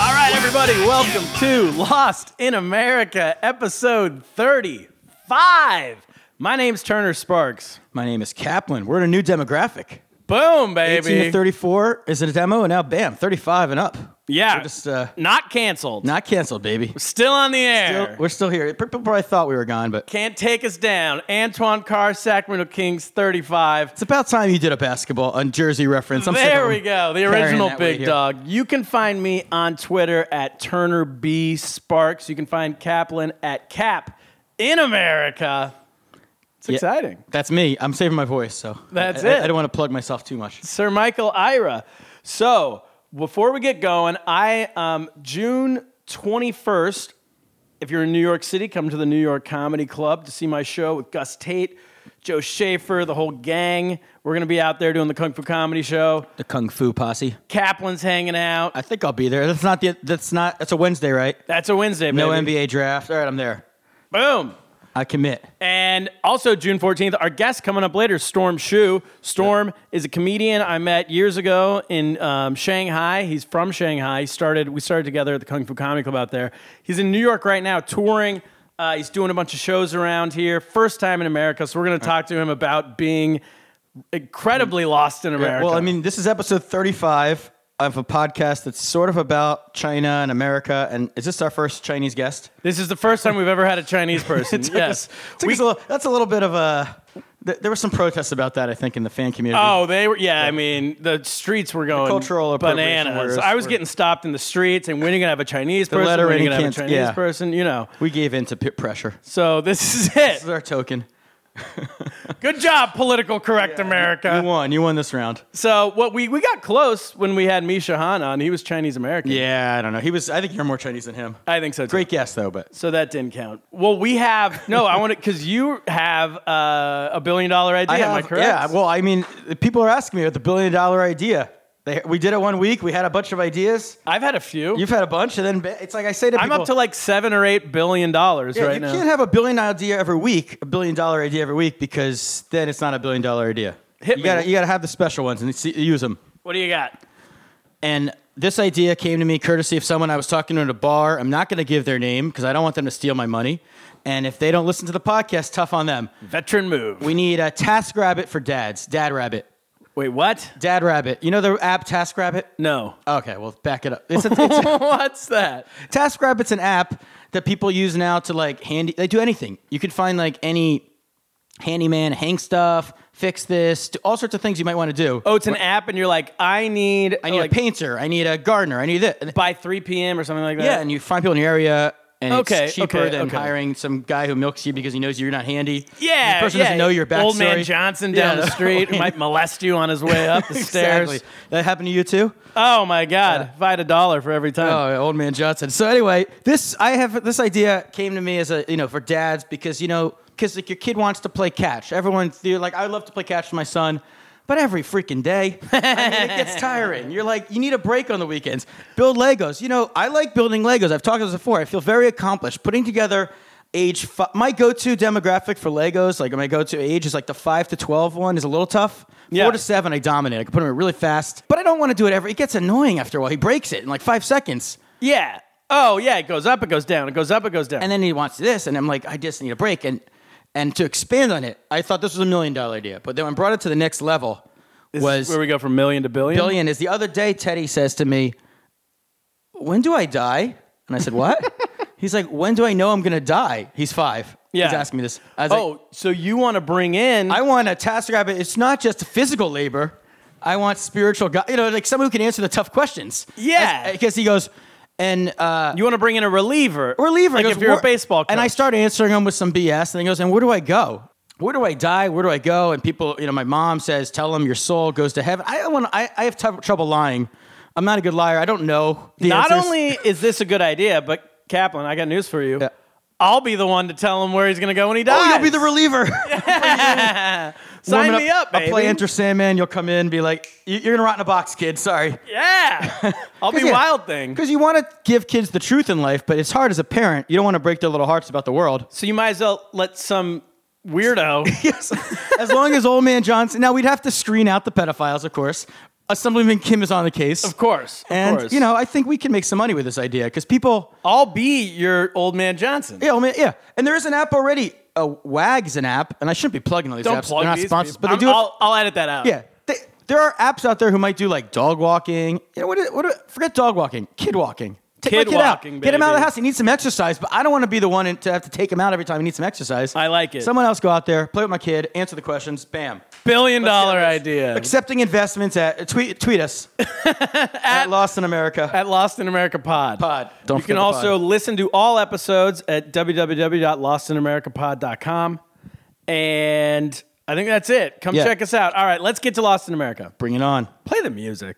All right, everybody, welcome to Lost in America, episode 35. My name's Turner Sparks. My name is Kaplan. We're in a new demographic. Boom, 18 to baby. 34 is in a demo, and now bam, 35 and up. Yeah. We're just uh, Not canceled. not canceled, baby. Still on the air. Still- we're still here. People probably thought we were gone, but Can't take us down. Antoine Carr, Sacramento Kings, 35. it's about time you did a basketball and Jersey reference. I'm sick of there we them go. The carrying original that weight big here. dog. You can find me on Twitter at Turner B Sparks. You can find Kaplan at Cap in America. It's Yeah. exciting. That's me. I'm saving my voice, so That's I- I- it. I don't want to plug myself too much. Sir Michael Ira. So before we get going, I um, June 21st. If you're in New York City, come to the New York Comedy Club to see my show with Gus Tate, Joe Schaefer, the whole gang. We're gonna be out there doing the Kung Fu Comedy Show. The Kung Fu Posse. Kaplan's hanging out. I think I'll be there. That's not the. That's not. That's a Wednesday, right? That's a Wednesday, No baby. NBA draft. All right, I'm there. Boom. I commit. And also June 14th, our guest coming up later, Storm Shu. Storm is a comedian I met years ago in um, Shanghai. He's from Shanghai. He started we started together at the Kung Fu Comedy Club out there. He's in New York right now touring. Uh, he's doing a bunch of shows around here. First time in America, so we're going to talk to him about being incredibly lost in America. Well, I mean, this is episode 35 of a podcast that's sort of about China and America. And is this our first Chinese guest? this is the first time we've ever had a Chinese person. yes, Took us a little- that's a little bit of a. th- there were some protests about that, I think, in the fan community. Oh, they were. Yeah, I mean, the streets were going cultural appropriation bananas. orders I was were- getting stopped in the streets, and when are you gonna have a Chinese person? When are lettering you gonna have a can't- Chinese yeah. person? You know. We gave in to pit pressure. This So this is is it. our token. Good job, political correct You America. won. You won this round. so what we we got close when we had Misha Han on. He was Chinese American. Yeah, I don't know. He was. I think you're more Chinese than him. I think so. Too. Great guess, though. But So that didn't count. Well, we have no. I want to because you have uh, a billion dollar idea. I am I have- correct? Yeah. Well, I mean, people are asking me about the billion dollar idea. They, we did it one week. We had a bunch of ideas. I've had a few. You've had a bunch, and then ba- it's like I say to I'm people, up to like seven or eight billion dollars Yeah, right you now. can't have a billion dollar idea every week, a billion dollar idea every week, because then it's not a billion dollar idea. Hit you me. gotta you gotta have the special ones and see, use them. what do you got? And this idea came to me courtesy of someone I was talking to at a bar. I'm not gonna give their name because I don't want them to steal my money. And if they don't listen to the podcast, tough on them. Veteran move. We need a Task Rabbit for dads. Dad Rabbit. Wait, what? Dad Rabbit. You know the app Task Rabbit? No. Okay, well back it up. It's a, it's a, What's that? TaskRabbit's an app that people use now to like handy. They do anything. You could find like any handyman, hang stuff, fix this, do all sorts of things you might want to do. Oh, it's an app, and you're like, I need, I need like, a painter. I need a gardener. I need this. And- by 3 p.m. or something like that. yeah, and you find people in your area. And Okay, it's cheaper okay, than okay. hiring some guy who milks you because he knows you're not handy. yeah. the person yeah. doesn't know your backstory. Old man Johnson down Yeah, the street who might molest you on his way up the stairs. Exactly. That happened to you too. Oh my God! if I had a dollar for every time. Oh, yeah, old man Johnson. So anyway, this I have this idea came to me as a you know for dads because you know because like your kid wants to play catch. Everyone you're like I love to play catch with my son, but every freaking day, I mean, it gets tiring. You're like you need a break on the weekends. Build Legos. You know I like building Legos. I've talked about this before. I feel very accomplished putting together. Age fi- my go-to demographic for Legos, like my go-to age is like the five to twelve one is a little tough. Yeah. Four to seven, I dominate. I can put them in really fast, but I don't want to do it every. It gets annoying after a while. He breaks it in like five seconds. Yeah. Oh yeah. It goes up. It goes down. It goes up. It goes down. and then he wants this, and I'm like, I just need a break. And and to expand on it, I thought this was a million dollar idea, but then when I brought it to the next level was where we go from million to billion. billion. Is the other day Teddy says to me, "When do I die?" And I said, "What?" He's like, "When do I know I'm gonna die?" He's five. Yeah. He's asking me this. I was Oh, like, so you want to bring in? I want a task rabbit. It's not just physical labor. I want spiritual, God, you know, like someone who can answer the tough questions. Yeah. because he goes, and uh, you want to bring in a reliever? reliever. Like He goes, if you're a "Where-" baseball. Coach. And I start answering him with some BS. And he goes, and where do I go? Where do I die? Where do I go? And people, you know, my mom says, tell them your soul goes to heaven. I want. I, I have t- trouble lying. I'm not a good liar. I don't know. the Not answers. only is this a good idea, but Kaplan, I got news for you. Yeah. I'll be the one to tell him where he's going to go when he dies. Oh, you'll be the reliever. Sign Warming me up, baby. I'll play Enter Sandman. You'll come in and be like, "You- "You're gonna rot in a box, kid. Sorry." Yeah. I'll be yeah. Wild Thing. Because you want to give kids the truth in life, but it's hard as a parent. You don't want to break their little hearts about the world. So you might as well let some weirdo. Yes. as long as old man Johnson. Now we'd have to screen out the pedophiles, of course. Assemblyman Kim is on the case. of course. Of And course. you know, I think we can make some money with this idea because people, I'll be your old man Johnson. yeah, old man, yeah. And there is an app already. Uh, Wags an app, and I shouldn't be plugging all these Don't apps. plug They're not these sponsors, people. but they I'm- do. it- I'll, I'll edit that out. yeah, they, there are apps out there who might do like dog walking. You know, what, is- what? is- Forget dog walking, kid walking. Take my Kid kid out. walking, Get him out of baby. the house. He needs some exercise, but I don't want to be the one in- to have to take him out every time he needs some exercise. I like it. Someone else go out there, play with my kid, answer the questions. Bam. Billion dollar Let's idea. Accepting investments at uh, tweet tweet us at Lost in America at Lost in America Pod. pod. Don't You can also listen to all episodes at www.lostinamericapod.com. And I think that's it. Come Yeah. check us out. All right, let's get to Lost in America. bring it on. Play the music.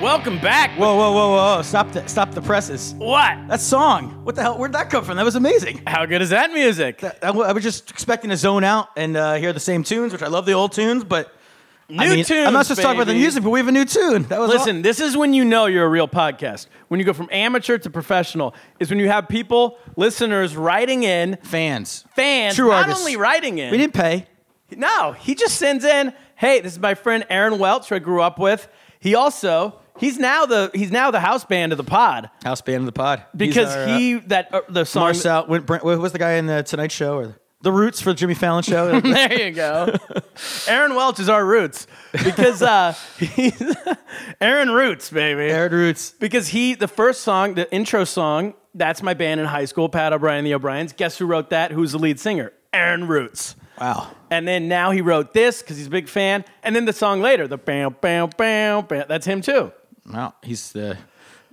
Welcome back. Whoa, whoa, whoa, whoa! whoa. Stop the stop the presses. What? That song. What the hell? Where'd that come from? That was amazing. How good is that music? I, I was just expecting to zone out and uh, hear the same tunes, which I love the old tunes, but New I mean, tunes. I'm not just talking about the baby. music, but we have a new tune. That was Listen, this is when you know you're a real podcast. When you go from amateur to professional, is when you have people, listeners, writing in, aw- fans. fans, True not artists. only writing in. We didn't pay. No, he just sends in, "Hey, this is my friend Aaron Welch, who I grew up with. He also he's now the he's now the house band of the pod House band of the pod because He's our, uh, he that uh, the song Marcel. When, Brent, what was the guy in the Tonight Show or the, the Roots for the Jimmy Fallon Show? There you go. Aaron Welch is our roots because uh, he's Aaron Roots, baby. Aired Roots. Because he, the first song, the intro song, that's my band in high school, Pat O'Brien and the O'Briens. Guess who wrote that? Who's the lead singer? Aaron Roots. Wow. And then now he wrote this because he's a big fan. And then the song later, the bam, bam, bam, bam. That's him too. Wow. He's the.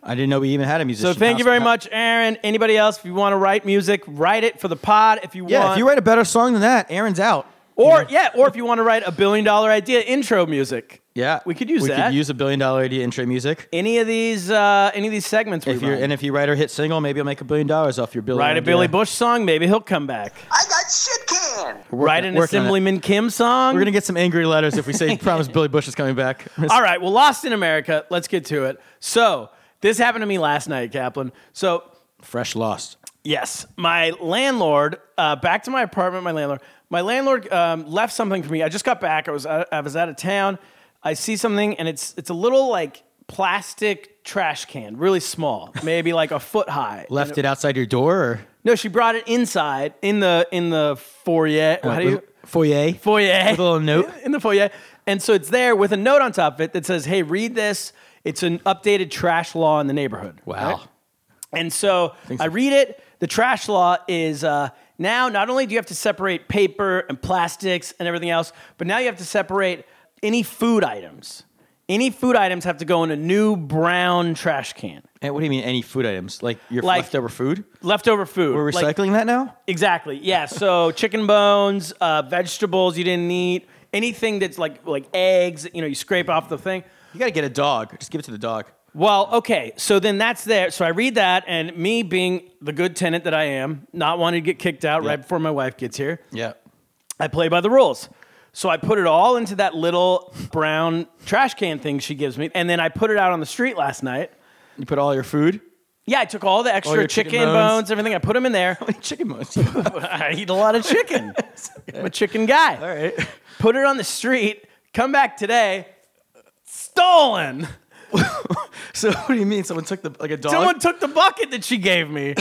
I didn't know we even had a musician. So thank you house- very much, Aaron. Anybody else, if you want to write music, write it for the pod if you Yeah, want. if you write a better song than that, Aaron's out. or yeah, or if you want to write a billion dollar idea intro music. Yeah, We could use we that. could use a billion dollar idea intro music. Any of these uh, any of these segments we If you're, run. and if you write or hit single, maybe I'll make a billion dollars off your Billy. write a idea. Billy Bush song, maybe he'll come back. I got shit canned. We're working- write an working on it. Assemblyman Kim song. We're gonna get some angry letters if we say promise Billy Bush is coming back. All right, well, Lost in America. Let's get to it. So this happened to me last night, Kaplan. So Fresh lost. Yes, my landlord. Uh, back to my apartment. My landlord. My landlord um, left something for me. I just got back. I was out, I was out of town. I see something, and it's it's a little like plastic trash can, really small, maybe like a foot high. Left it outside your door or No, she brought it inside in the in the foyer. How do you foyer? foyer? With a little note. in the foyer, and so it's there with a note on top of it that says, "Hey, read this. It's an updated trash law in the neighborhood." Wow. Right? And so I read it. The trash law is uh, now not only do you have to separate paper and plastics and everything else, but now you have to separate any food items. Any food items have to go in a new brown trash can. And Eh, what do you mean any food items? Like your Like- leftover food? Leftover food. We're like- recycling that now? exactly. Yeah. So chicken bones, uh, vegetables you didn't eat, anything that's like like eggs. You know, you scrape off the thing. You gotta get a dog. Just give it to the dog. Well, okay. So then that's there. So I read that, and me being the good tenant that I am, not wanting to get kicked out right before my wife gets here, Yeah. I play by the rules. So I put it all into that little brown trash can thing she gives me, and then I put it out on the street last night. You put all your food? Yeah, I took all the extra your chicken, chicken bones. bones. everything. I put them in there. Chicken bones. I eat a lot of chicken. I'm a chicken guy. all right. Put it on the street. Come back today. Stolen. So what do you mean? Someone took the like a dog? Someone took the bucket that she gave me.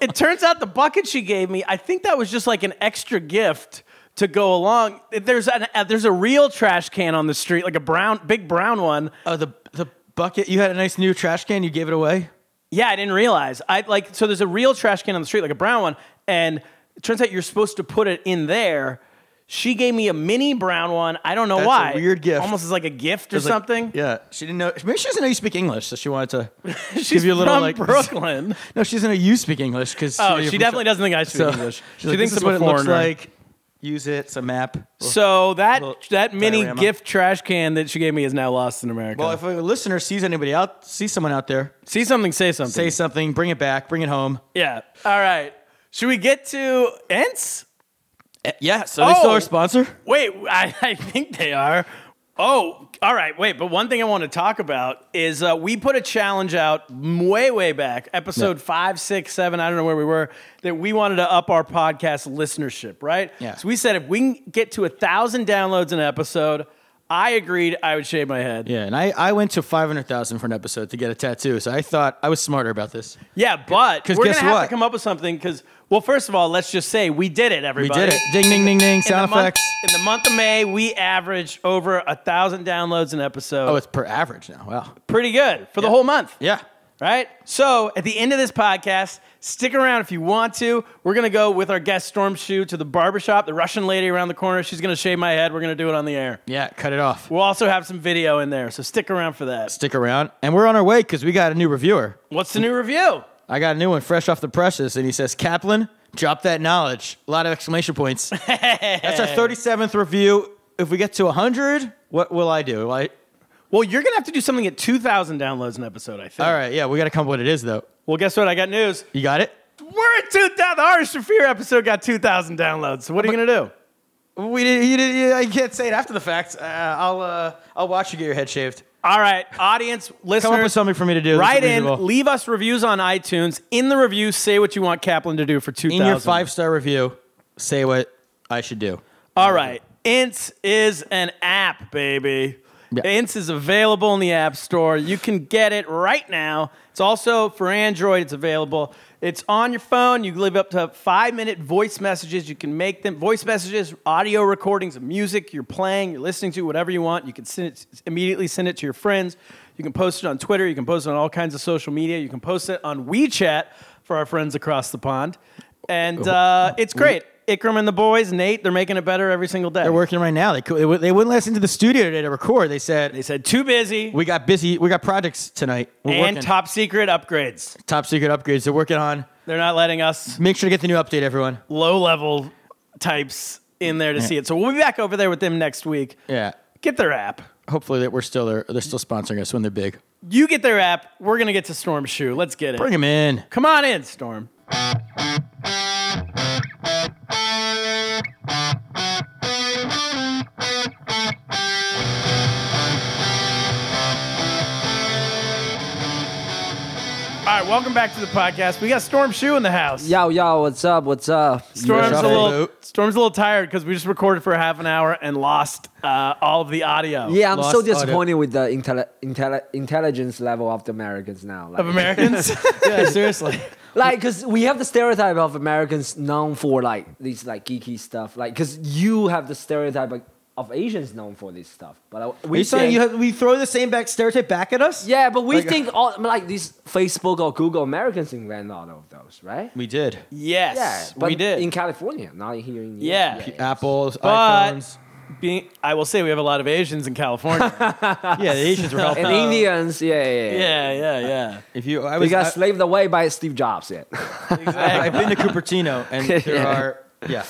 it turns out the bucket she gave me, I think that was just like an extra gift to go along. There's an, uh, there's a real trash can on the street, like a brown, big brown one. Oh, the the bucket. You had a nice new trash can. You gave it away. Yeah, I didn't realize. I like so there's a real trash can on the street, like a brown one, and it turns out you're supposed to put it in there. She gave me a mini brown one. I don't know That's a why. weird gift. Almost as like a gift or It's like- something. yeah, she didn't know. Maybe she doesn't know you speak English, so she wanted to She's give you a little from like Brooklyn. No, she doesn't know you speak English because Oh, she definitely doesn't think I speak English. She thinks this I'm is what a it looks foreigner. like. Use it. It's a map. So that Little that mini diorama. gift trash can that she gave me is now lost in America. Well, if a listener sees anybody out, sees someone out there, see something, say something. say something, bring it back, bring it home. yeah. All right. Should we get to Ents? Yeah. So they still Oh. our sponsor. Wait, I, I think they are. Oh, all right. Wait, but one thing I want to talk about is uh, we put a challenge out m- way, way back, episode five, six, seven. I don't know where we were. That we wanted to up our podcast listenership, right? Yeah. So we said if we can get to a thousand downloads an episode, I agreed I would shave my head. Yeah, and I, I went to five hundred thousand for an episode to get a tattoo, so I thought I was smarter about this. Yeah, but 'Cause we're guess gonna have to what? come up with something. Because well, first of all, let's just say we did it, We everybody. did it. Ding ding ding ding. In the, Sound month, effects. in the month of May, we averaged over a thousand downloads an episode. Oh, it's per average now. Wow. pretty good for the whole month. Yeah. Right? So at the end of this podcast, stick around if you want to. We're going to go with our guest Storm Shoe to the barbershop, the Russian lady around the corner. She's going to shave my head. We're going to do it on the air. Yeah. Cut it off. We'll also have some video in there, so stick around for that. Stick around, and we're on our way because we got a new reviewer. What's the new review? I got a new one fresh off the presses, and he says, Kaplan, drop that knowledge. A lot of exclamation points. That's our 37th review. If we get to 100, what will I do? Will I, Well, you're going to have to do something at 2,000 downloads an episode, I think. all right, yeah, we got to come up with what it is, though. Well, guess what? I got news. You got it? We're at 2,000. The Artist of Fear episode got 2,000 downloads. So what are you going to do? We did, you did, you, I can't say it after the fact. Uh, I'll, uh, I'll watch you get your head shaved. All right, audience, listeners. Come up with something for me to do. This is Write in, reasonable. leave us reviews on iTunes. In the review, say what you want Kaplan to do for 2000. In your five star review, say what I should do. All right. Ints is an app, baby. Yeah. Ints is available in the App Store. You can get it right now. It's also for Android, it's available. It's on your phone. You live up to five minute voice messages. You can make them voice messages, audio recordings of music you're playing, you're listening to, whatever you want. You can send it, immediately send it to your friends. You can post it on Twitter. You can post it on all kinds of social media. You can post it on WeChat for our friends across the pond. And uh, it's great. Ikram and the boys, Nate, they're making it better every single day. They're working right now. They, cou- they, wou- they wouldn't let us into the studio today to record. They They said, said too busy we got busy. We got projects tonight. We're and working. top secret upgrades. top secret upgrades they're working on. They're not letting us Make sure to get the new update, everyone. low level types in there to see it. So we'll be back over there with them next week. Yeah. Get their app. Hopefully that we're still there. They're still sponsoring us when they're big. You get their app. We're gonna get to Storm Shoe. Let's get it. Bring them in. Come on in, Storm. All right, welcome back to the podcast. We got Storm Shoe in the house. Yo, yo, what's up? What's up? Storm's a Shuffle little boot. Storm's a little tired because we just recorded for half an hour and lost uh, all of the audio. Yeah, I'm Lost so audio. disappointed with the intelli- intelli- intelligence level of the Americans now. Like, of Americans. Yeah, seriously. like, cause we have the stereotype of Americans known for like these like geeky stuff. Like, cause you have the stereotype like, of Asians known for this stuff. But uh, Are we you saying think- you have, we throw the same back stereotype back at us? yeah, but we Like- think all like these Facebook or Google Americans invent all of those, right? We did. yes, yeah, but we did. in California, not here in Yeah. Apples, But- iPhones. Being, I will say we have a lot of Asians in California. Yeah, the Asians were helping. And Indians, yeah, yeah, yeah. yeah, yeah, yeah. If you, I We was, got I, slaved away by Steve Jobs yet. I, have been to Cupertino, and there Yeah. are yeah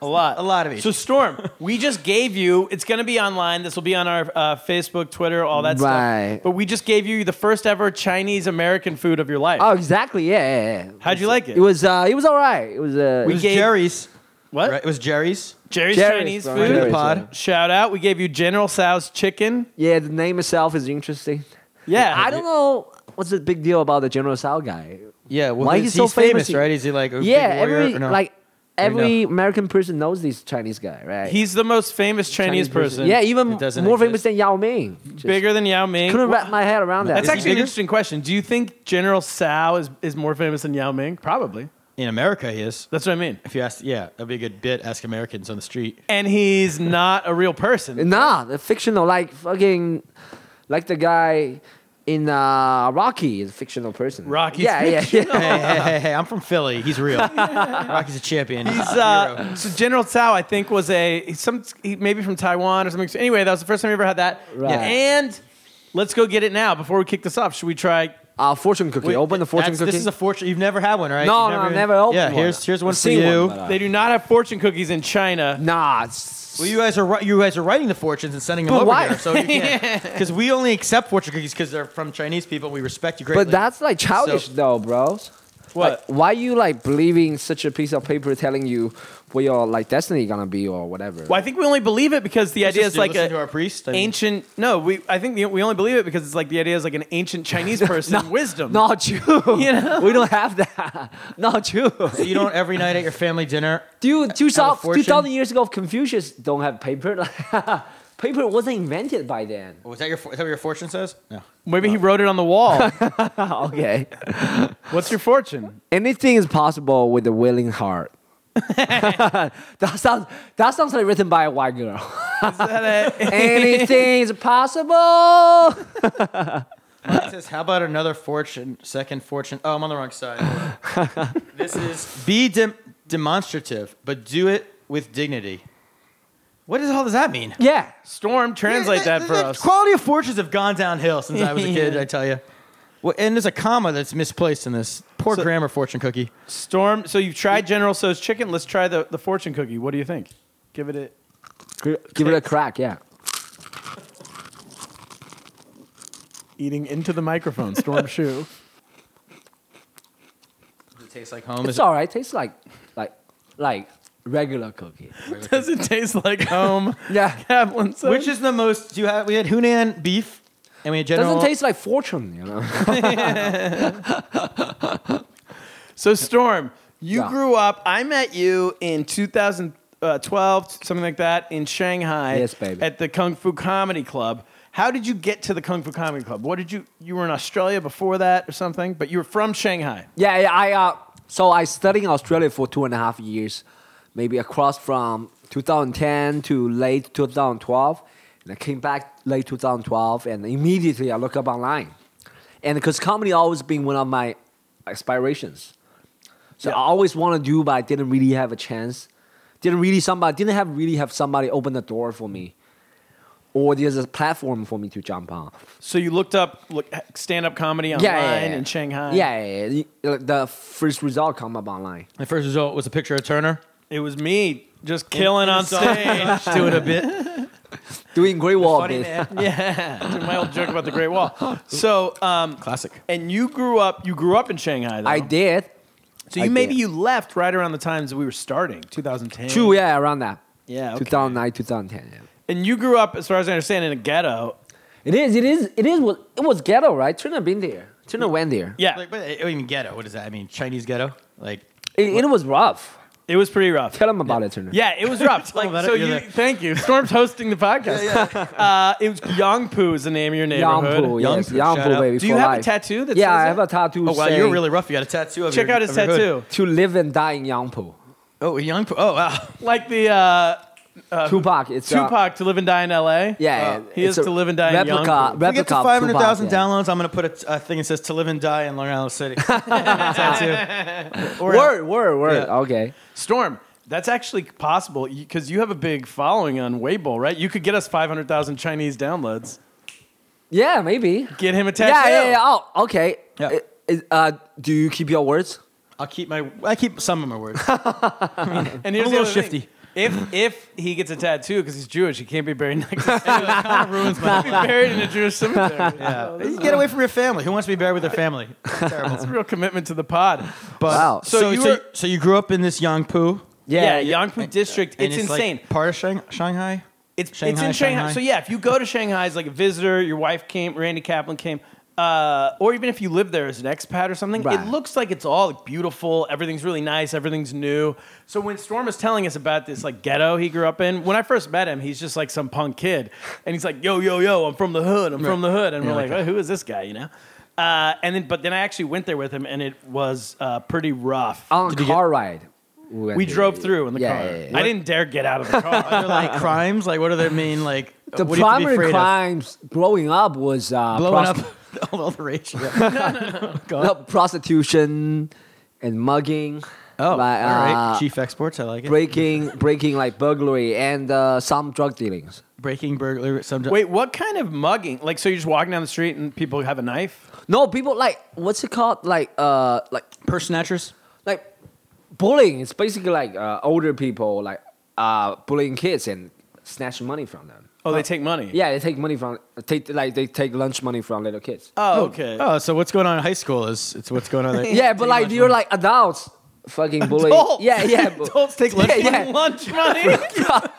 A lot. a lot of Asians. So Storm, we just gave you. It's going to be online. This will be on our uh, Facebook, Twitter, all that Right. stuff. But we just gave you the first ever Chinese American food of your life. oh, exactly. Yeah, yeah, yeah. How'd you like it? It was uh, it was all right. It was uh, it was gave- Jerry's. what? Right? It was Jerry's. Jerry's, Jerry's, Chinese bro, food. Jerry's, pod. yeah. Shout out. We gave you General Tso's chicken. Yeah, the name itself is interesting. Yeah. I don't know what's the big deal about the General Tso guy. Yeah, well, Why he's, he's so he's famous, famous, he- right? Is he like a yeah, big warrior every or no? like Maybe every no. American person knows this Chinese guy, right? He's the most famous Chinese, person. Yeah, even more It doesn't famous exist. than Yao Ming. Just Bigger than Yao Ming. Couldn't wrap my head around that. That's actually an bigger? interesting question. Do you think General Tsao is, is more famous than Yao Ming? Probably. in America, he is. That's what I mean. If you ask, yeah, that'd be a good bit. Ask Americans on the street. And he's not a real person. nah, the fictional, like fucking, like the guy in uh, Rocky is a fictional person. Rocky's yeah, yeah, yeah. hey, hey, hey, hey, I'm from Philly. He's real. Rocky's a champion. He's, He's, uh, so General Tsao, I think, was a he's some he, maybe from Taiwan or something. So anyway, that was the first time we ever had that. Right. And let's go get it now before we kick this off. Should we try? Uh, fortune cookie. Open the fortune cookie. This is a fortune. You've never had one, right? No, You've no, I've never opened Yeah, one. here's here's one I've for seen you. one, but, uh, They do not have fortune cookies in China. nah. It's, well, you guys are ri- you guys are writing the fortunes and sending them But over why- here, so you can't. Because we only accept fortune cookies because they're from Chinese people. and We respect you greatly. but that's like childish So- though, bro. What? Like, why you like believing such a piece of paper telling you what your like destiny gonna be or whatever? Well, I think we only believe it because the Let's idea just is like listen a to our priest. I mean- ancient. No, we. I think the, we only believe it because it's like the idea is like an ancient Chinese person wisdom. Not you. You know? We don't have that. Not you. So you don't every night at your family dinner. Dude, two Have a fortune? thousand years ago, Confucius don't have paper. paper wasn't invented by then. Was that your Oh, is that what your fortune says? No. Maybe he wrote it on the wall. Okay. What's your fortune? Anything is possible with a willing heart. that sounds that sounds like written by a white girl. Is that it? Anything is possible. It says, "How about another fortune? Second fortune? Oh, I'm on the wrong side. this is be dem- demonstrative, but do it with dignity." What does all does that mean? Yeah. Storm, translate Yeah, that the- for the us. Quality of fortunes have gone downhill since I was a kid. Yeah. I tell you. Well, and there's a comma that's misplaced in this poor So- grammar fortune cookie. Storm, so you've tried General So's chicken. Let's try the, the fortune cookie. What do you think? Give it a. Give it a crack. Yeah. Eating into the microphone, Storm Shoe. Does it taste like home? It's all right. Tastes like like like regular cookie. Does it taste like home? Yeah. Kaplan said. Which is the most? Do you have? We had Hunan beef, and we had General. Doesn't taste like fortune, you know. so Storm, you Yeah. grew up. I met you in 2012, something like that, in Shanghai. Yes, baby. At the Kung Fu Comedy Club. How did you get to the Kung Fu Comedy Club? What did you? You were in Australia before that or something, but you were from Shanghai. Yeah, yeah. I uh, so I studied in Australia for two and a half years, maybe across from 2010 to late 2012, and I came back late 2012, and immediately I look up online, and because comedy always been one of my aspirations, so I always want to do, but I didn't really have a chance. Didn't really somebody didn't have really have somebody open the door for me, or there's a platform for me to jump on. So you looked up look, stand-up comedy online in Shanghai. Yeah, yeah, yeah. The- The first result come up online. The first result was a picture of Turner. It was me just killing on stage. Doing a bit. Doing Great Wall bit. yeah, Dude, my old joke about the Great Wall. So, um, Classic. and you grew up. You grew up in Shanghai, though. I did. So you I maybe did. you left right around the times that we were starting, 2010. True, yeah, around that. Yeah, okay. 2009, 2010. Yeah. And you grew up, as far as I understand, in a ghetto. It is, it is, it is, what- it was ghetto, right? Turner been there. Turner went there. Yeah, Like, but I mean, ghetto. What does that mean? Chinese ghetto? Like, It, it was rough. it was pretty rough. Tell him about it, Turner. Yeah, it was rough. Tell Like, about it, so you're you, there. thank you. Storm's hosting the podcast. Uh, it was Yangpu is the name of your neighborhood. Yampu, Young yes. Poo, shout Yampu, out. baby. Do you for have life. a tattoo? That Yeah, says I that? have a tattoo. oh wow, you're saying, really rough. You got a tattoo. Of Check your, out his of your hood. tattoo, To live and die in Yampu. Oh, young. Po- Oh wow. like the uh, Tupac. It's uh, Tupac to live and die in L.A. yeah, Wow. he is it's a to live and die in replica, Yampu. Replica If we get to of 500,000 Tupac, downloads, I'm going to put a, t- a thing that says to live and die in Long Island City. Tattoo. yeah. Word, word, word. Yeah. Okay. Storm, that's actually possible because you have a big following on Weibo, right? You could get us 500,000 Chinese downloads. Yeah, maybe. Get him a tattoo. Yeah, yeah, yeah. Oh, okay. Yeah. Uh, is- uh, do you keep your words? I'll keep my, I keep some of my words. And here's I'm a the little other thing. shifty. If if he gets a tattoo because he's Jewish, he can't be buried next. to kind of ruins my. be buried in a Jewish cemetery. Yeah. You get away from your family. Who wants to be buried with their family? It's a real commitment to the pod. But, Wow. So, So you you so, were- so you grew up in this Yangpu. Yeah, yeah. Yangpu District. and It's, insane. Like part of Shang- Shanghai. it's it's Shanghai, in Shanghai. Shanghai. So yeah, if you go to Shanghai as like a visitor, your wife came, Randy Kaplan came, uh, or even if you live there as an expat or something, Right. it looks like it's all beautiful. Everything's really nice. Everything's new. So when Storm was telling us about this like ghetto he grew up in, when I first met him, he's just like some punk kid, and he's like, "Yo, yo, yo, I'm from the hood. I'm from the hood." And we're like, oh, "Who is this guy?" You know. Uh, and then, but then I actually went there with him, and it was uh, pretty rough. On car ride. went we there. drove through in the Oh, Yeah, car. yeah, yeah. I didn't dare get out of the car. Are there like crimes? Like what do they mean? Like the what do you have to be primary afraid of? crimes growing up was uh, Blowing prosti- up. all the rage. No, prostitution and mugging. Oh, like, all right. uh, Chief exports. I like it. breaking, breaking like burglary and uh, some drug dealings. Breaking burglary. Some Wait, what kind of mugging? Like, so you're just walking down the street and people have a knife? No, people like what's it called? Like uh, like purse snatchers. like bullying. It's basically like uh, older people like uh bullying kids and snatch money from them. Oh, Uh, they take money. Yeah, they take money from take like they take lunch money from little kids. Oh, okay. Oh, so what's going on in high school is it's what's going on there. yeah, but like you're like adults fucking bullying. Adults? Yeah, yeah. bu- Adults take lunch yeah, money. yeah. Lunch money.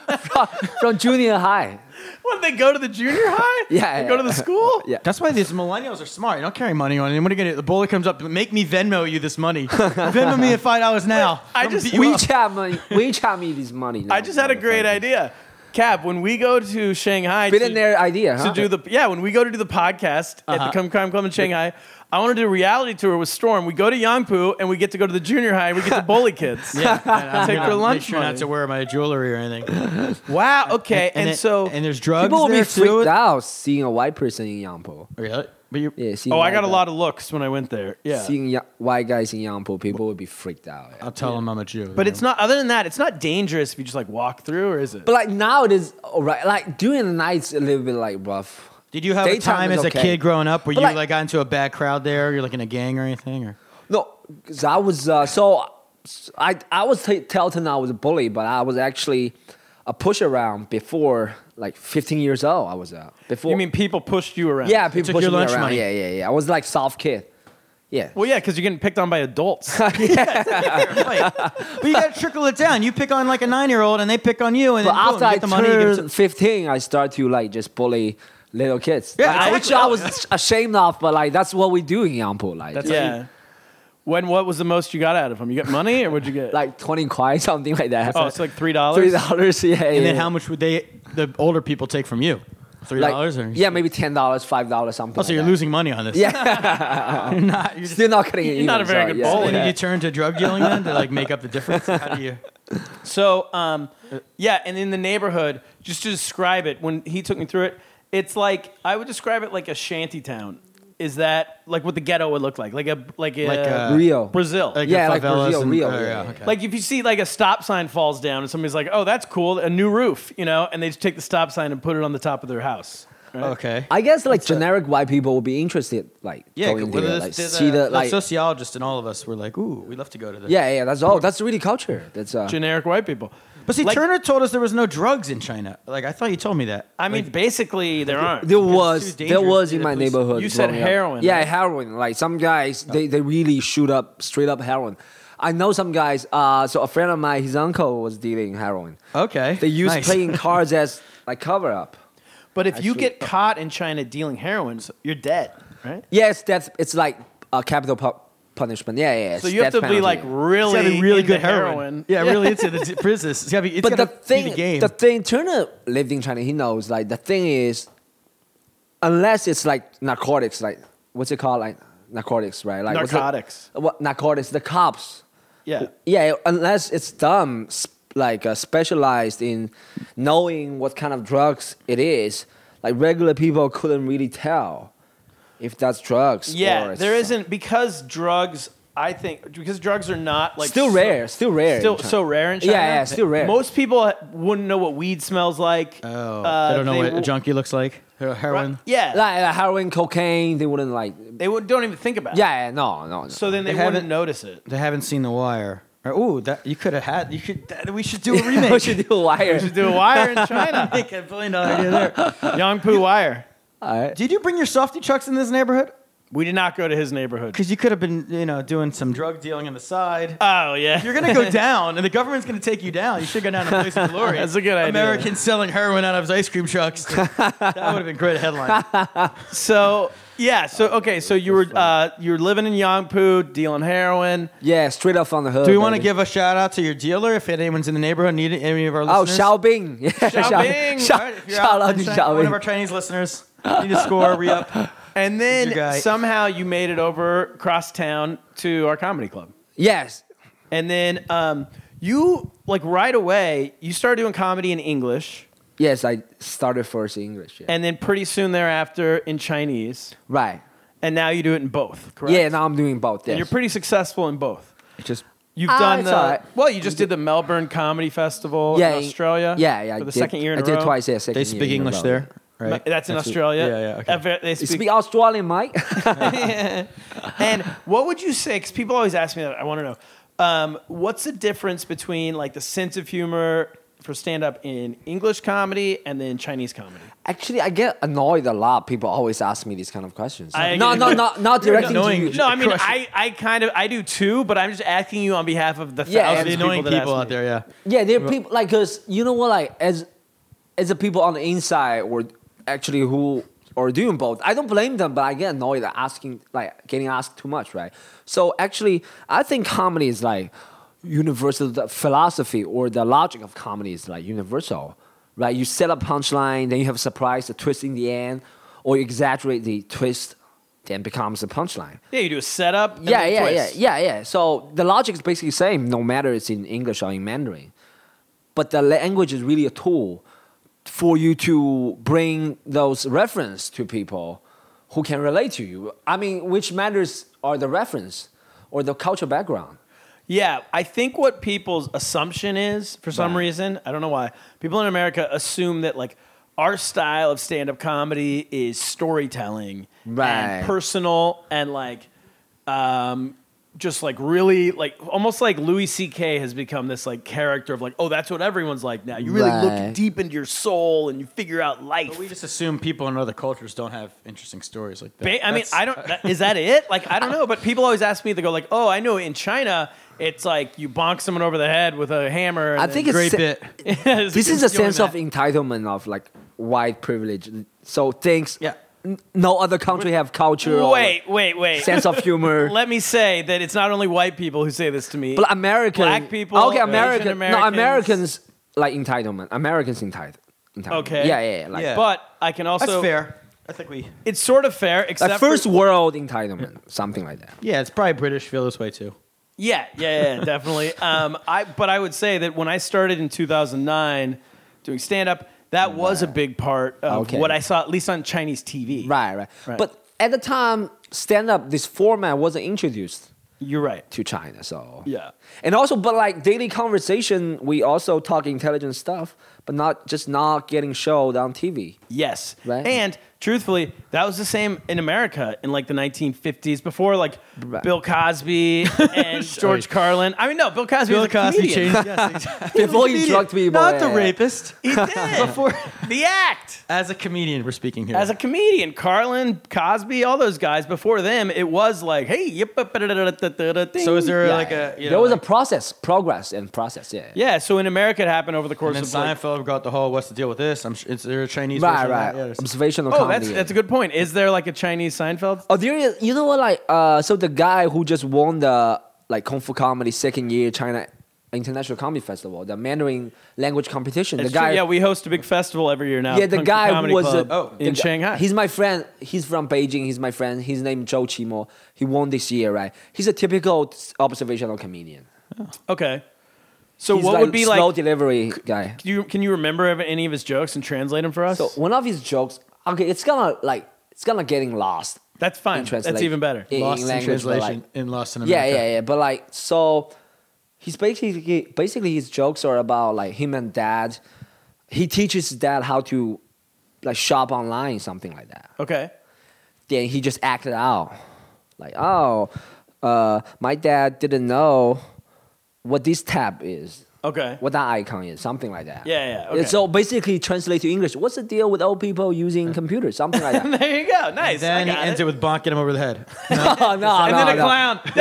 from junior high. what they go to the junior high? Uh, Yeah, They go to yeah. the school. Yeah. That's why these millennials are smart. You don't carry money on you. What are you gonna do? The bully comes up, make me Venmo you this money. Venmo me at five dollars now. I I'm just- beat you up. WeChat money. WeChat me this money. I just had a great idea. Cap, when we go to Shanghai to, Billionaire idea, to huh? do the yeah, when we go to do the podcast at the Uh-huh. Come Crime Club in Shanghai, I want to do a reality tour with Storm. We go to Yangpu and we get to go to the junior high and we get the bully kids. Yeah, and I'm Take gonna their lunch make sure money. not to wear my jewelry or anything. Wow. Okay. And, it- so and there's drugs People will there be too. freaked out seeing a white person in Yangpo. Really? But you Yeah, seeing oh, I white got a guy- lot of looks when I went there. Yeah. Seeing ya- white guys in Yangpo, people would be freaked out. yeah. I'll tell him I'm a Jew. But it's not. Other than that, it's not dangerous if you just like walk through, or is it? But like now it is all right. Like during the night's a little bit like rough. Did you have a Daytime time is as a okay. kid growing up where But you like- like got into a bad crowd there? You're like in a gang or anything? Or No, 'cause I was uh, so I I was t- telling I was a bully, but I was actually a push around before like 15 years old. I was uh, before. you mean people pushed you around? yeah, people took your pushing me lunch around. money. Yeah, yeah, yeah. I was like soft kid. Yeah. Well, yeah, because you're getting picked on by adults. but you gotta trickle it down. You pick on like a nine year old and they pick on you and But then boom, after you I get the money. you give it to- turned 15, I start to like just bully little kids. Yeah, Like, exactly. which I was ashamed of, but like that's what we do in Yangpu. Like, That's yeah. When what was the most you got out of them? You got money, or would you get? like 20 kwai, something like that. oh, it's like three three dollars. dollars. Yeah, and then how much would they, the older people, take from you? Three dollars? or yeah, maybe ten dollars, five dollars, something. Oh, so like you're that. losing money on this. Yeah, you're not. You're just, still not cutting it. You're not even, a very so, good yeah. bowler. Oh, and Yeah. you turn to drug dealing then to like make up the difference. How do you? So, um, yeah, and in the neighborhood, just to describe it, when he took me through it, it's like I would describe it like a shanty town. Is that like what the ghetto would look like? Like a like a, Like a- Rio. Brazil. Like Yeah, the like favelas Brazil, and- Rio, oh, yeah, yeah. okay. Like if you see like a stop sign falls down and somebody's like, "Oh, that's cool, a new roof," you know, and they just take the stop sign and put it on the top of their house. right? okay. I guess like generic white people will be interested, like Yeah, going whether there, this- like there's see a- a the like. sociologist and all of us were like, ooh, we'd love to go to this. Yeah, yeah, that's all. That's really culture. That's uh, Generic white people. But see, Like- Turner told us there was no drugs in China. Like I thought you told me that. I mean, basically there aren't. there too was there dangerous was to in the my police. Oh. neighborhood. You said growing up. heroin, Yeah, right? heroin. Like some guys, they, they really shoot up straight up heroin. I know some guys. Uh, so a friend of mine, his uncle was dealing heroin. okay. They used nice. playing cards as like cover up. But if you Actually- get caught in China dealing heroin, you're dead, right? Yes, that's it's like uh, capital pu- punishment. Yeah, yeah. So it's you have to death be like penalty. It's gotta really, be really into good heroin. Yeah, really into the d- business. It's gotta be. It's but the gotta thing, be the game. the thing, Turner lived in China. He knows. Like the thing is, unless it's like narcotics, like what's it called, like narcotics, right? Like what's it- Narcotics. what narcotics? The cops. yeah. Yeah, unless it's dumb, sp- like uh, specialized in knowing what kind of drugs it is. Like regular people couldn't really tell if that's drugs. or Yeah, it's there some- isn't because drugs. I think because drugs are not like Still so- rare, still rare in still China. so rare in China. Yeah, yeah, still rare. Most people wouldn't know what weed smells like. oh, Uh, they don't know what w- a junkie looks like. Her- Heroin. Yeah, like uh, heroin, cocaine. They wouldn't like. they would, don't even think about. it. Yeah, yeah, no, no. no. so then they, They wouldn't haven't- notice it. They haven't seen The Wire. Or, ooh, that you could have had. You could. That, we should do a we remake. should do a wire. Do a wire in China, Make a billion dollar idea there. Yangpu wire. All right. Did you bring your softy trucks in this neighborhood? We did not go to his neighborhood. Because you could have been, you know, doing some drug dealing on the side. Oh yeah, You're gonna go down, and the government's gonna take you down. You should go down to a place of glory. That's a good idea. Americans selling heroin out of his ice cream trucks. that would have been great headline. So yeah, so okay, so you were uh, you were living in Yangpu, dealing heroin. Yeah, straight up on the hood. Do we want to baby. give a shout out to your dealer if anyone's in the neighborhood need any of our Oh, listeners? Xiao Bing. Yeah, Xiao Bing. Shout, All right, if you're shout out out in to China, Xiao One of Bing. our Chinese listeners need to score. Re up. And Your guy. then somehow you made it over cross town to our comedy club. Yes. And then um, you, like right away, you started doing comedy in English Yes, I started first in English. Yeah. and then pretty soon thereafter in Chinese. right. and now you do it in both, correct? Yeah, now I'm doing both. Yes. And you're pretty successful in both. It's just You've Ah, done it's the all right. well. You just did the Melbourne Comedy Festival yeah, in Australia. Yeah, yeah. I for the did- second year in I a did row. twice. Yeah, second They year speak in a English row. there, Ma- right? That's in it. Australia. Yeah, yeah. Okay. Uh, ve- They You speak, speak Australian, Mike. and what would you say? Because people always ask me that. I want to know um, what's the difference between like the sense of humor for stand up in English comedy and then Chinese comedy. Actually, I get annoyed a lot. People always ask me these kind of questions. I no, agree. no, no, not directly to annoying. you. Just No, I mean crush it. I, I kind of I do too, but I'm just asking you on behalf of the Yeah, thousands the of Annoying people, that people, ask out me. there, yeah. Yeah, there are people like because you know what, like as as the people on the inside or actually who are doing both. I don't blame them, but I get annoyed at asking like getting asked too much, right? So actually, I think comedy is like universal. The philosophy or the logic of comedy is like universal, right? You set up punchline, then you have a surprise, a twist in the end, or you exaggerate the twist, then becomes a punchline Yeah, you do a setup. and yeah, then a yeah, twist. yeah, yeah, yeah. So the logic is basically the same, no matter it's in English or in Mandarin. But the language is really a tool for you to bring those reference to people who can relate to you. I mean, which matters are the reference or the cultural background. Yeah, I think what people's assumption is, for some Right. reason, I don't know why, people in America assume that like our style of stand up comedy is storytelling, Right. And personal, and like, um, just like really like almost like Louis C.K. has become this like character of like, oh, that's what everyone's like now. You really Right. look deep into your soul and you figure out life. But we just assume people in other cultures don't have interesting stories like that. Ba- I mean, That's- I don't. That, is that it? Like, I don't know. But people always ask me. They go like, "Oh, I know. In China, it's like you bonk someone over the head with a hammer." And I think then- it's Great bit. It's- this it's is a doing sense of that. entitlement of like white privilege. So things Yeah. n- no other country have culture or Wait, wait, wait. sense of humor. Let me say that it's not only white people who say this to me. But American, Black people, Okay, Asian American. No, Americans. Americans like entitlement. Americans entitled. entitled. Okay. Yeah, yeah, yeah. Like, Yeah. But I can also. That's fair. I think we. It's sort of fair, except like first for, world entitlement, something like that. Yeah, it's probably British feel this way too. Yeah, yeah, yeah, definitely. Um, I but I would say that when I started in 2009 doing stand up, that was a big part of Okay. what I saw, at least on Chinese TV. Right, right, Right. But at the time, stand up, this format wasn't introduced You're right. to China, so Yeah. And also, but like daily conversation, we also talk intelligent stuff, but not just not getting showed on TV. Yes. Right. And truthfully, that was the same in America in like the 1950s before like Right. Bill Cosby and George Carlin. I mean, no, Bill Cosby was a comedian. Before you drugged people, Not the yeah, yeah. rapist. He did. Before, the act. as a comedian, we're speaking here. As a comedian, Carlin, Cosby, all those guys before them, it was like, hey, yip, ba- ba- da- da- da- da- da- ding. so is there Yeah, like a you there know, was like, a process, progress, and process. Yeah. Yeah, so in America, it happened over the course and then of like, Seinfeld got the whole what's the deal with this? I'm sh- is there a Chinese Right, version of that? right. Yeah, there's- Observational Oh, comedy. that's that's a good point. Is there like a Chinese Seinfeld? Oh, there is. You know what? Like, uh, so the guy who just won the like kung fu comedy second year China International Comedy Festival, the Mandarin language competition. It's the guy, true. Yeah, we host a big festival every year now. yeah, the Kung Fu guy who Comedy was Club a, Oh, the Oh, in guy- Shanghai. He's my friend. He's from Beijing. He's my friend. His name Zhou Qimo. He won this year, right? He's a typical observational comedian. okay. So He's what like would be slow like? delivery guy? Do you, can you remember of any of his jokes and translate them for us? So one of his jokes, okay, it's gonna like it's gonna getting lost. That's in fine. That's translation- even better. in Lost in language, but, like, translation in Lost in Yeah, America. yeah, yeah. But like, so he's basically basically his jokes are about like him and dad. He teaches his dad how to like shop online, something like that. Okay. Then he just acted out, like, oh, uh, my dad didn't know what this tab is, Okay. what that icon is, something like that. Yeah, yeah, And okay. So basically, translate to English. What's the deal with old people using computers? Something like that. There you go. Nice. Then I he got ends it, with bonking him over the head. no, no, and no, then a no. clown.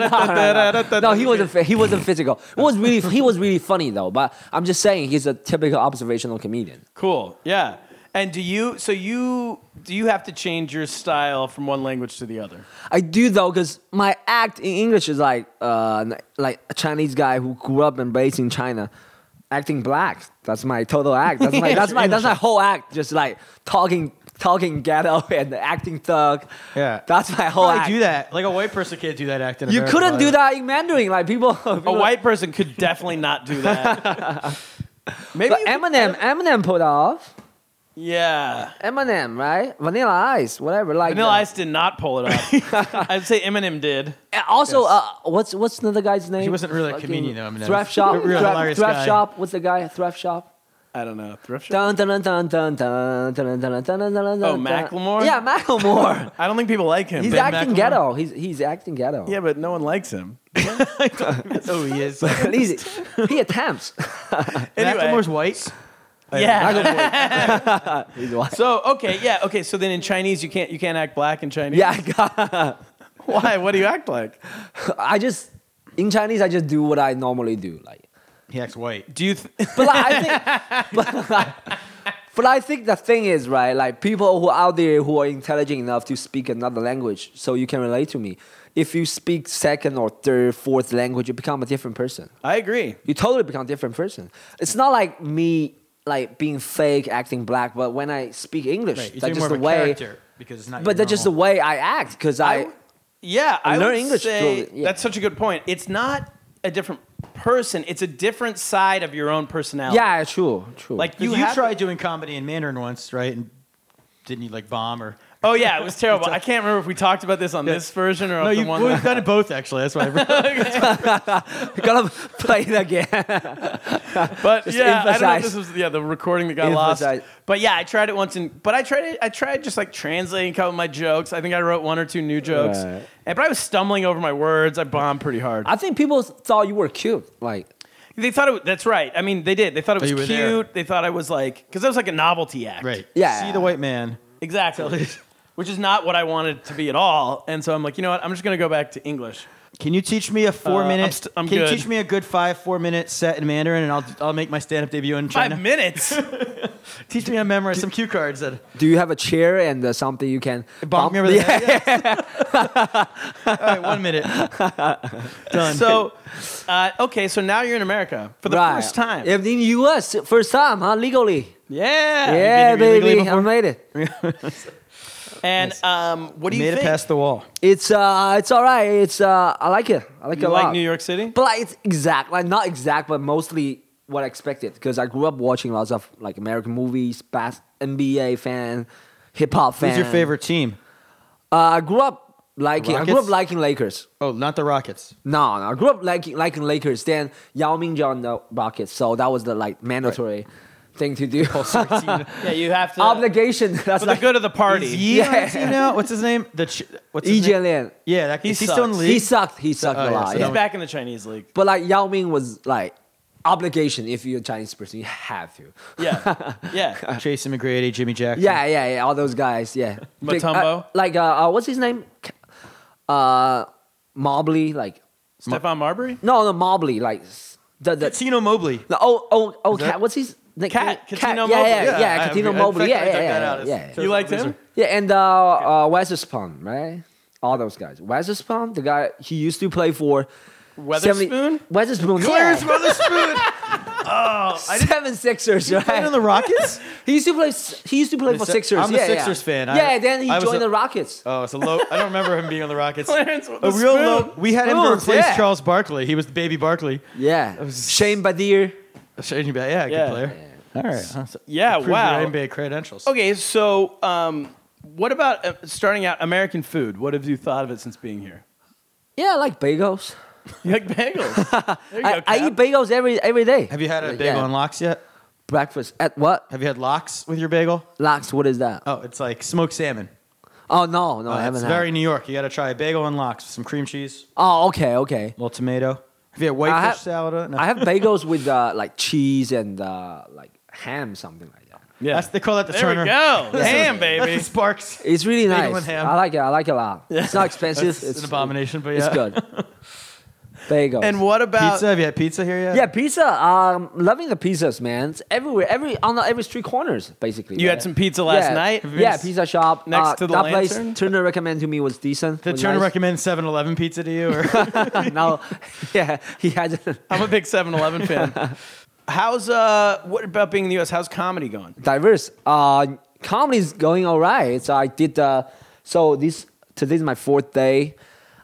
no, he wasn't. He wasn't physical. It was really. He was really funny though. But I'm just saying, he's a typical observational comedian. Cool. Yeah. And do you? So you do you have to change your style from one language to the other? I do though, cause my act in English is like, uh, like a Chinese guy who grew up and raised in China, acting black. That's my total act. That's my. that's my. That's my whole act. Just like talking, talking ghetto and acting thug. Yeah. That's my whole Probably act. do that. Like a white person can't do that Oh, act in You America, couldn't probably. do that in Mandarin. Like people. A white person could definitely not do that. Maybe But you could- Eminem, Eminem put off. Yeah. Eminem, right? Vanilla Ice, whatever. Like Vanilla the- Ice did not pull it off. I'd say Eminem did. And Also, uh, what's what's another guy's name? He wasn't really a Fucking comedian, though. I mean, that thrift was- shop. a real thrift, hilarious thrift guy. shop. What's the guy? Thrift shop. I don't know. Thrift shop? Dun, dun, dun, dun, dun, dun, dun, dun, dun, dun, dun, dun, Oh, dun. Macklemore? Yeah, Macklemore. I don't think people like him. he's Ben acting Macklemore? ghetto. He's he's acting ghetto. Yeah, but no one likes him. Oh, he is. But he's, he attempts. Anyway. Macklemore's white. Yeah. He's white. So okay, yeah, okay. So then in Chinese you can't you can't act black in Chinese. yeah, I, got- Why? What do you act like? I just in Chinese I just do what I normally do. Like, He acts white. Do you? Th- but like, I think, but, like, but I think the thing is right. Like people who are out there who are intelligent enough to speak another language, so you can relate to me. If you speak second or third, fourth language, you become a different person. I agree. you totally become a different person. It's not like me like being fake, acting black, but when I speak English, Right. You're that's doing just more of a the way. character because it's not. your But that's just the normal- way I act because I, w- Yeah, I learn would English say through it, yeah. that's such a good point. It's not a different person; it's a different side of your own personality. yeah, true, true. like 'Cause you, You, have, tried doing comedy in Mandarin once, right? And didn't you like bomb or? Oh yeah, it was terrible. I can't remember if we talked about this on this version or No, on you, the one. we've done it both actually. That's why. I remember. you gotta play it again. but yeah, I don't know if emphasize. this was yeah the recording that got Emphasize. lost. But yeah, I tried it once, and but I tried it. I tried just like translating a couple of my jokes. I think I wrote one or two new jokes, Right. and but I was stumbling over my words. I bombed pretty hard. I think people thought you were cute. Like They thought it. wa- That's right. I mean, they did. They thought it was Oh, you cute. were there. They thought I was like because I was like a novelty act. right. Yeah. See the white man. Exactly. Which is not what I wanted to be at all. And so I'm like, you know what? I'm just going to go back to English. Can you teach me a four Uh, I'm minute? st- I'm can good. you teach me a good five four minute set in Mandarin, and I'll I'll make my stand up debut in Five China. minutes. teach me how to memorize some cue cards that do you have a chair and uh, something you can bonk me over the Yeah. head. Yes. All right, one minute. Done. so, uh, okay. So now you're in America for the Right. first time. If in U.S. first time, huh? Legally. yeah. Yeah, been here legally baby, I made it. And um, what do you made think? it past the wall. It's uh, it's all right. It's uh, I like it. I like you it a like lot. New York City? But like, it's exact, like not exact, but mostly what I expected because I grew up watching lots of like American movies, bas- NBA fan, hip hop fan. Who's your favorite team? Uh, I grew up liking. I grew up Rockets? liking Lakers. Oh, not the Rockets. No, no, I grew up liking liking Lakers. Then Yao Ming joined the Rockets, so that was the like mandatory thing to do. Oh, Yeah, you have to. Obligation. That's uh, for the like good of the party. Is he on the team now? What's his name? The ch- what's his EJ name? E Lin. Yeah, that, He is he still in the sucks. league? He sucked. He sucked Oh, a yeah, lot. so yeah. He's back in the Chinese league. But like Yao Ming was like obligation. If you're a Chinese person, you have to. Yeah. Yeah. Tracy McGrady, Jimmy Jackson. Yeah, yeah, yeah. All those guys. Yeah. Big- Mutombo? uh, like uh, uh, what's his name? K- Uh, Mobley. Like Stefan Marbury? no, no, Mobley. Like s- the the, Tino Mobley. the oh oh oh that- cat. What's his name? Cat, Catino yeah, Mobley. yeah, yeah, Yeah, I- I- Catino in Mobley. fact, Yeah, I yeah, took that yeah, out. yeah, yeah. You liked him? Yeah, and uh, uh, Wes Spawn, right? All those guys. Wes Spawn, the guy he used to play for. 70 Weatherspoon? Wes Spawn. Clarence yeah. Seven Sixers, right? Playing on the Rockets? He used to play. He used to play The for Si- Sixers. I'm a yeah, Sixers yeah. fan. I- Yeah, then he I was joined a- the Rockets. Oh, it's a low. I don't remember him being on the Rockets. Clarence with a the real spoon. low. We had him to Spoons, replace yeah. Charles Barkley. He was the baby Barkley. yeah, was- Shane Badir. Shane Ba- Yeah, Yeah. good player. All right. huh, so- Yeah, Prove your wow. NBA credentials. Okay, so um, what about uh, starting out American food? What have you thought of it since being here? Yeah, I like bagels. You like bagels? There you I, go, I Cap. eat bagels every every day. Have you had a Yeah. bagel and locks yet? breakfast at what? Have you had locks with your bagel? Lax, what is that? Oh, it's like smoked salmon. Oh no, no, Uh, I haven't it's had. very New York. You got to try a bagel and locks with some cream cheese, oh, okay, okay. a little tomato. Have you had I whitefish have- salad? No. I have bagels with uh, like cheese and uh, like ham, something like that. Yeah. That's, they call that the there Turner. we go. Damn, That's baby. the Sparks. It's really Bagel nice. and ham. I like it. I like it a lot. It's not expensive. It's, it's an abomination, but yeah. It's good. bagels. And what about Pizza? Have you had pizza here yet? Yeah, pizza. Um, loving the pizzas, man. It's everywhere, every on the, every street corners, basically. You had some pizza last Yeah. night? Yeah, pizza shop Next Uh, to the that Lantern? place. Turner recommended to me was decent. Did was Turner nice. recommend 7-Eleven pizza to you? Or? no, yeah, he had. I'm a big 7-Eleven fan. How's uh what about being in the US? How's comedy going? diverse. Uh, comedy is going all right. So I did. Uh, so this today's my fourth day.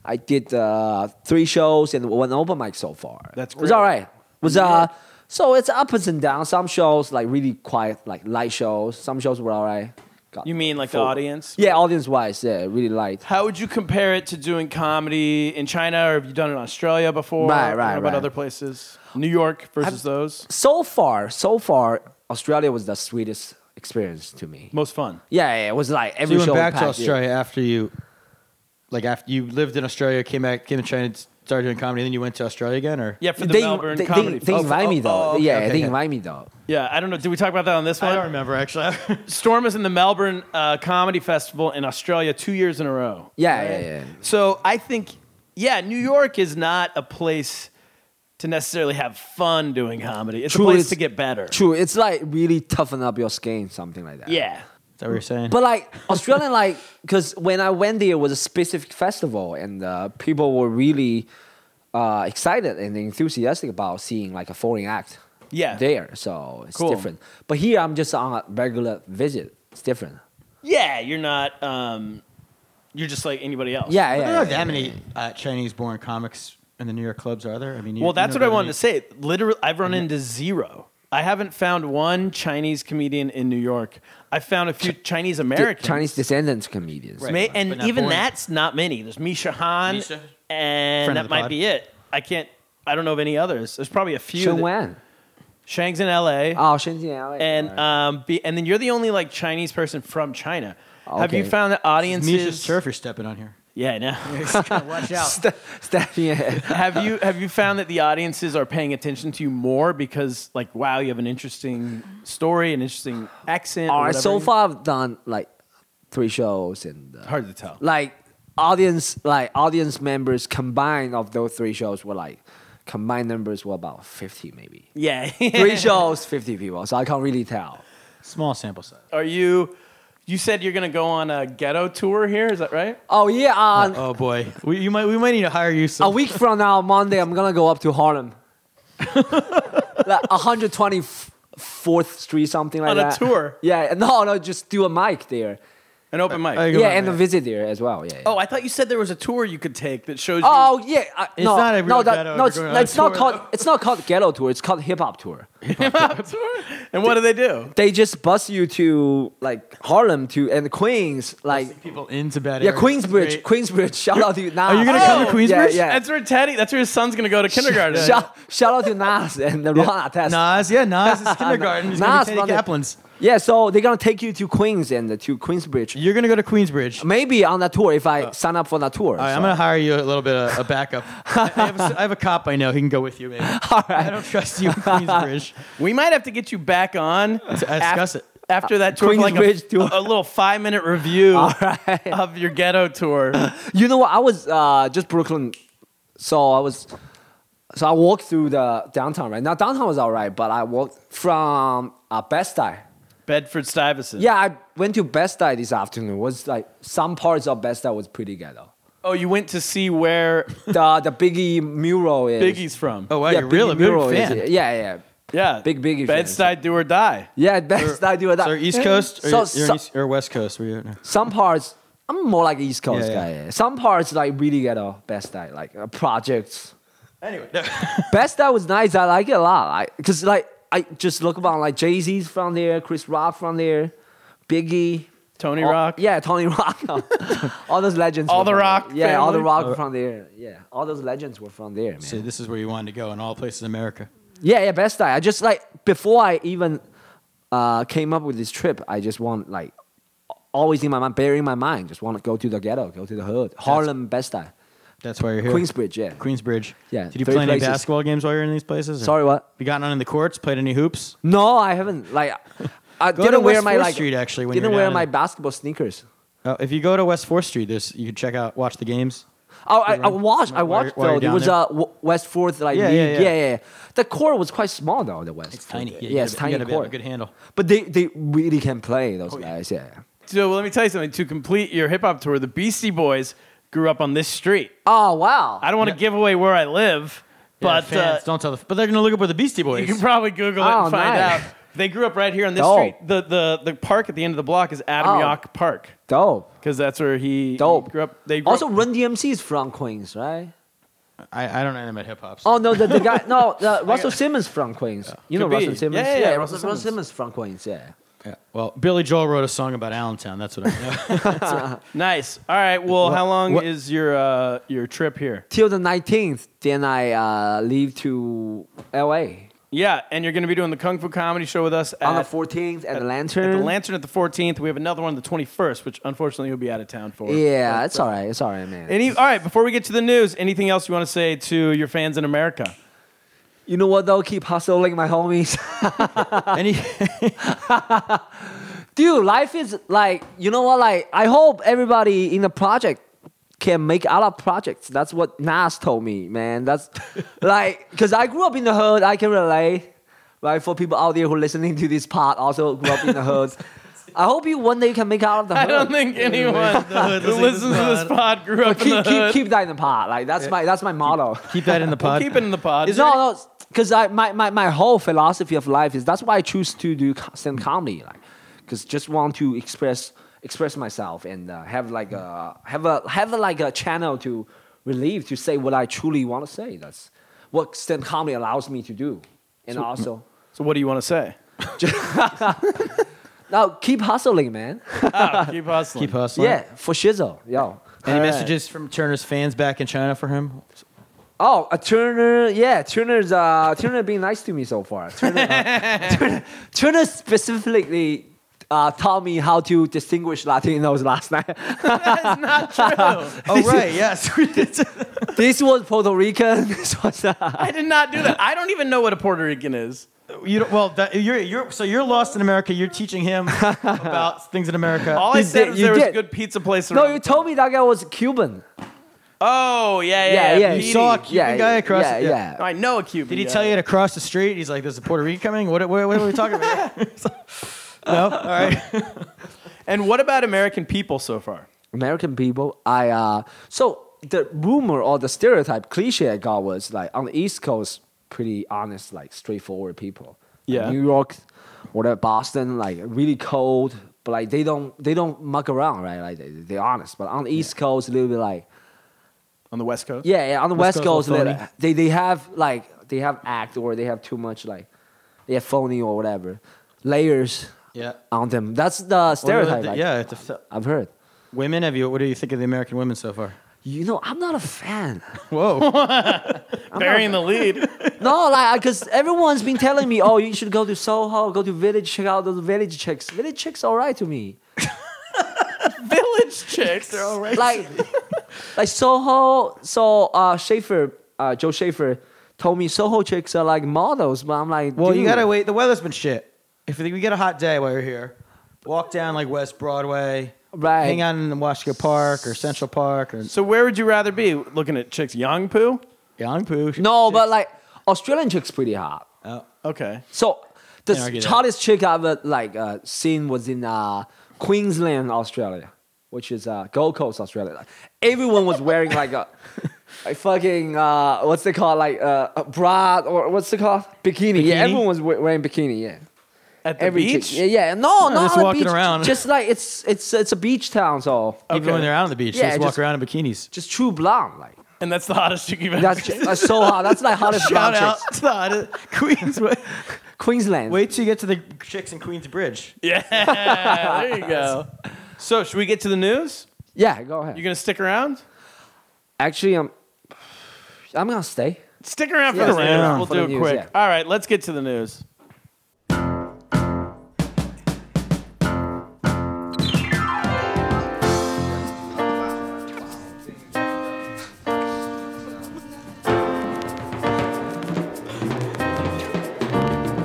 I did uh, three shows and one open mic so far. That's It was all great. right. It was uh, So it's ups and downs. Some shows like really quiet, like light shows. Some shows were alright. Got You mean like the full. audience? Yeah, audience wise, yeah, really light. How would you compare it to doing comedy in China, or have you done it in Australia before? Right, What right, about right. other places? New York versus I've- those. So far, so far, Australia was the sweetest experience to me. Most fun. Yeah, yeah, it was like So every you went show back to packed, yeah. Australia after you, like after you lived in Australia, came back, came to China, started doing comedy, and then you went to Australia again, or Yeah, for the they, Melbourne they, comedy. they, they Fest. Oh, invite me oh, though. oh, okay, yeah, okay, they yeah. invite me though. yeah, I don't know. Did we talk about that on this one? I don't remember actually. Storm was in the Melbourne uh, Comedy Festival in Australia two years in a row. Yeah, yeah, yeah. So I think, yeah, New York is not a place to necessarily have fun doing comedy. It's True, a place it's- to get better. True, it's like really toughen up your skin, something like that. Yeah. Is that what you're saying? But like Australian, like because when I went there, it was a specific festival, and uh, people were really uh, excited and enthusiastic about seeing like a foreign act. Yeah. there, so it's Cool. different. But here, I'm just on a regular visit. It's different. Yeah, you're not. Um, you're just like anybody else. Yeah, yeah. I don't know yeah, that many uh, Chinese-born comics in the New York clubs are there. I mean, you, Well, you that's know what I that wanted many- to say. Literally, I've run into zero. I haven't found one Chinese comedian in New York. I found a few Chinese yeah. Americans. Chinese descendants comedians. Right. May, but and not even born. that's not many. There's Misha Han, Misha. and Friend of that the might pod. be it. I can't. I don't know of any others. There's probably a few. Shen that- Wen. Shang's in L.A. Oh, Shen Jian. and Alright. um, be, and then you're the only like Chinese person from China. Have you Okay. found that audiences? Misha Oh, Surf, you're stepping on here. Yeah, I know. Watch out. St- stepping ahead. have you have you found that the audiences are paying attention to you more because like wow you have an interesting story an interesting accent or All right, so whatever? far I've done like three shows and uh, hard to tell like audience like audience members combined of those three shows were like combined numbers were about 50 maybe yeah three shows 50 people so i can't really tell Small sample size. are you you said you're gonna go on a ghetto tour here is that right oh yeah on Oh boy, we you might we might need to hire you. a Some. week from now monday i'm gonna go up to harlem like 124th street something like On a that tour? yeah no no just do a mic there an open mic I go yeah on and a that. visit there as well yeah, yeah. oh I thought you said there was a tour you could take that shows you Oh yeah, I, It's no, not a no, real that, ghetto no, if it's, you're going on a it's not tour, called though. it's not called ghetto tour. It's called hip hop tour. and what do they do They just bus you to like Harlem to and Queens, like people into bad. yeah, areas. Queensbridge, Great. Queensbridge. Shout out to you now. Are you gonna come to Oh, yeah, Queensbridge? yeah. that's where Teddy that's where his son's gonna go to kindergarten Shout, shout out to Nas and the Rana test. Nas, yeah, Nas is kindergarten. He's gonna Nas, be Teddy brother. Kaplan's. Yeah, so they're gonna take you to Queens and to Queensbridge. You're gonna go to Queensbridge. Maybe on that tour if I sign up for that tour. All right, I'm gonna hire you a little bit of a backup. I, I have a, I have a cop I know. He can go with you, maybe. All right. I don't trust you in Queensbridge. we might have to get you back on to discuss it. after that tour, for like a, Queensbridge tour. a little five minute review of your ghetto tour. You know what? I was uh, just Brooklyn, so I was, so I walked through the downtown. Right now, downtown was all right, but I walked from uh, Best Buy. Bedford Stuyvesant. Yeah, I went to Best Buy this afternoon. Was like some parts of Best Buy was pretty ghetto. Oh, you went to see where The the Biggie mural is Biggie's from. Oh wow, yeah, you're Biggie really a big mural is- fan. yeah, yeah, yeah. Big Biggie fan, Bed Stuy Do or Die. yeah. Best Buy do that. So East Coast or, So- you're so- an East, or West Coast? Were you? No. some parts. I'm more like East Coast Yeah, yeah. guy. yeah. Some parts like really ghetto. Best Buy like uh, projects. Anyway, Best that was nice. I like it a lot. Because, like, I just look about, like, Jay Z's from there, Chris Rock from there, Biggie. Tony all- Rock. Oh, Yeah, Tony Rock. all those legends. All were the from Rock there. Yeah, all the family? Rock were from there. Yeah, all those legends were from there, man. so this is where you wanted to go in all places in America. Yeah, yeah, Best Buy. I just, like, before I even uh, came up with this trip, I just want, like, always in my mind, bearing in my mind, just want to go to the ghetto, go to the hood. Harlem, Best Buy. That's why you're here. Queensbridge, yeah. Queensbridge. Yeah, Did you three play any places. basketball games while you were in these places? or- Sorry, what? You gotten on in the courts? Played any hoops? No, I haven't. Like, I Go to didn't wear West my 4th like. Street, actually, when you didn't were wear down my in- basketball sneakers. Uh, if you go to West Fourth Street, there's you can check out, watch the games. Oh, I, I Right. watched. I While you're- watched while though. you're There down was there. a w- West Fourth like Yeah, league. yeah, Yeah, yeah, yeah. The court was quite small though. The West. It's tiny. Fourth. Yeah, Yeah, you it's gotta- you tiny gotta be- have a court. good handle. But they they really can play those guys. Yeah. So well, let me tell you something. To complete your hip hop tour, the Beastie Boys grew up on this street. Oh wow. I don't want to give away where I live, Yeah, but fans, uh, don't tell the. But they're gonna look up with the Beastie you Boys. can probably Google it Oh, and find out. nice. They grew up right here on this Dope. street. The, the the park at the end of the block is Adam Oh. Yauch Park Dope. because that's where he, he Dope. grew up. They grew Also, up- Run DMC is from Queens, right? I, I don't know about hip hop. Oh no, the, the guy. No, the Russell Simmons from Queens. You know Could be. Russell Simmons. Yeah, yeah, yeah, Russell, Russell Simmons from Queens. Yeah. Yeah. Well, Billy Joel wrote a song about Allentown. That's what I know. Nice. All right. Well, how long what- is your uh, your trip here? Till the nineteenth, then I uh, leave to L.A. Yeah, and you're going to be doing the Kung Fu Comedy Show with us at, on the fourteenth at, the at Lantern. the Lantern at the 14th. We have another one on the 21st, which unfortunately you'll be out of town for. Yeah, it's all right. It's all right, man. Any, all right. Before we get to the news, anything else you want to say to your fans in America? you know what though? Keep hustling, my homies. Any, dude life is like you know what like i hope everybody in the project can make other projects that's what nas told me man that's like because i grew up in the hood i can relate right for people out there who listening to this pod also grew up in the hood i hope you one day can make out of the I hood don't think anyone who listens to this pod grew up in the keep, keep, hood. keep that in the pod like that's my that's my motto keep that in the pod. Keep it in the pod. no no because i my, my my whole philosophy of life is that's why i choose to do co- stand comedy like because just want to express express myself and uh, have like a have a have a, like a channel to relieve to say what i truly want to say that's what stand comedy allows me to do and also So what do you want to say? now keep hustling man Oh, keep hustling. Keep hustling. yeah for shizzle Any yo All right. messages from Turner's fans back in China for him? Oh, uh, Turner, yeah, Turner's uh, Turner being nice to me so far. Turner, uh, Turner, Turner specifically uh, taught me how to distinguish Latinos last night. Oh right, yes. this was Puerto Rican. This was uh, I did not do that. I don't even know what a Puerto Rican is. you don't, well, that, you're you're so you're lost in America. You're teaching him about things in America. All I You said did- was you there was a did. good pizza place around. no, you told me that guy was Cuban. Oh, yeah, yeah. Yeah, yeah, Petey. You saw a Cuban guy across Yeah, the- yeah. I know a Cuban. Did he guy. tell you to cross the street? He's like, "There's a Puerto Rican coming." What what, what are we talking about? no, all right. And what about American people so far? American people, I uh, so the rumor or the stereotype cliche I got was like on the East Coast, pretty honest, like straightforward people. Like, Yeah. New York, whatever, Boston, like really cold, but like they don't they don't muck around, right? Like they, they're honest. But on the East Coast, a little bit like On the West Coast? yeah, yeah. On the West, West Coast, Coast, all they, phony. they they have like they have act or they have too much like they have phony or whatever layers Yeah. on them. That's the stereotype. like, yeah. It's a, I've heard. women, have you? What do you think of the American women so far? You know, I'm not a fan. Whoa. Burying the lead. No, like, because everyone's been telling me, oh, you should go to Soho, go to Village, check out those Village chicks. Village chicks, all right to me. Village chicks. They're all right. Like, like Soho. So uh, Schaefer, uh, Joe Schaefer, told me Soho chicks are like models, but I'm like, well, you dude, gotta wait. The weather's been shit. If we get a hot day while you're here, walk down like West Broadway. Right. Hang out in Washington Park or Central Park or So where would you rather be looking at chicks? Yangpu? Yangpu. No, but like Australian chicks pretty hot. Okay. So the I get that. hottest chick I've uh, like uh, seen was in uh, Queensland, Australia, which is uh, Gold Coast, Australia. Like, everyone was wearing like a, a fucking uh, what's it called, like uh, a bra or what's it called, bikini. Yeah, Bikini? everyone was we- wearing bikini. Yeah. At the Every beach? chick- yeah, yeah, no, no, just not walking beach. around. Just like it's it's it's a beach town, so Even when they're out on the beach, Yeah, they just walk just- around in bikinis. just true blonde, like And that's the hottest chick you've ever that's, ju- that's so hot. That's like hottest blonde Shout out chicks. to the hottest- Queens. Wait, Queensland. wait till you get to the chicks in Queens Bridge. Yeah, there you go. So should we get to the news? yeah, go ahead. You gonna stick around? Actually, I'm I'm gonna stay. Stick around for Yeah, the stick news. around We'll for do the it news, quick. yeah. All right, let's get to the news.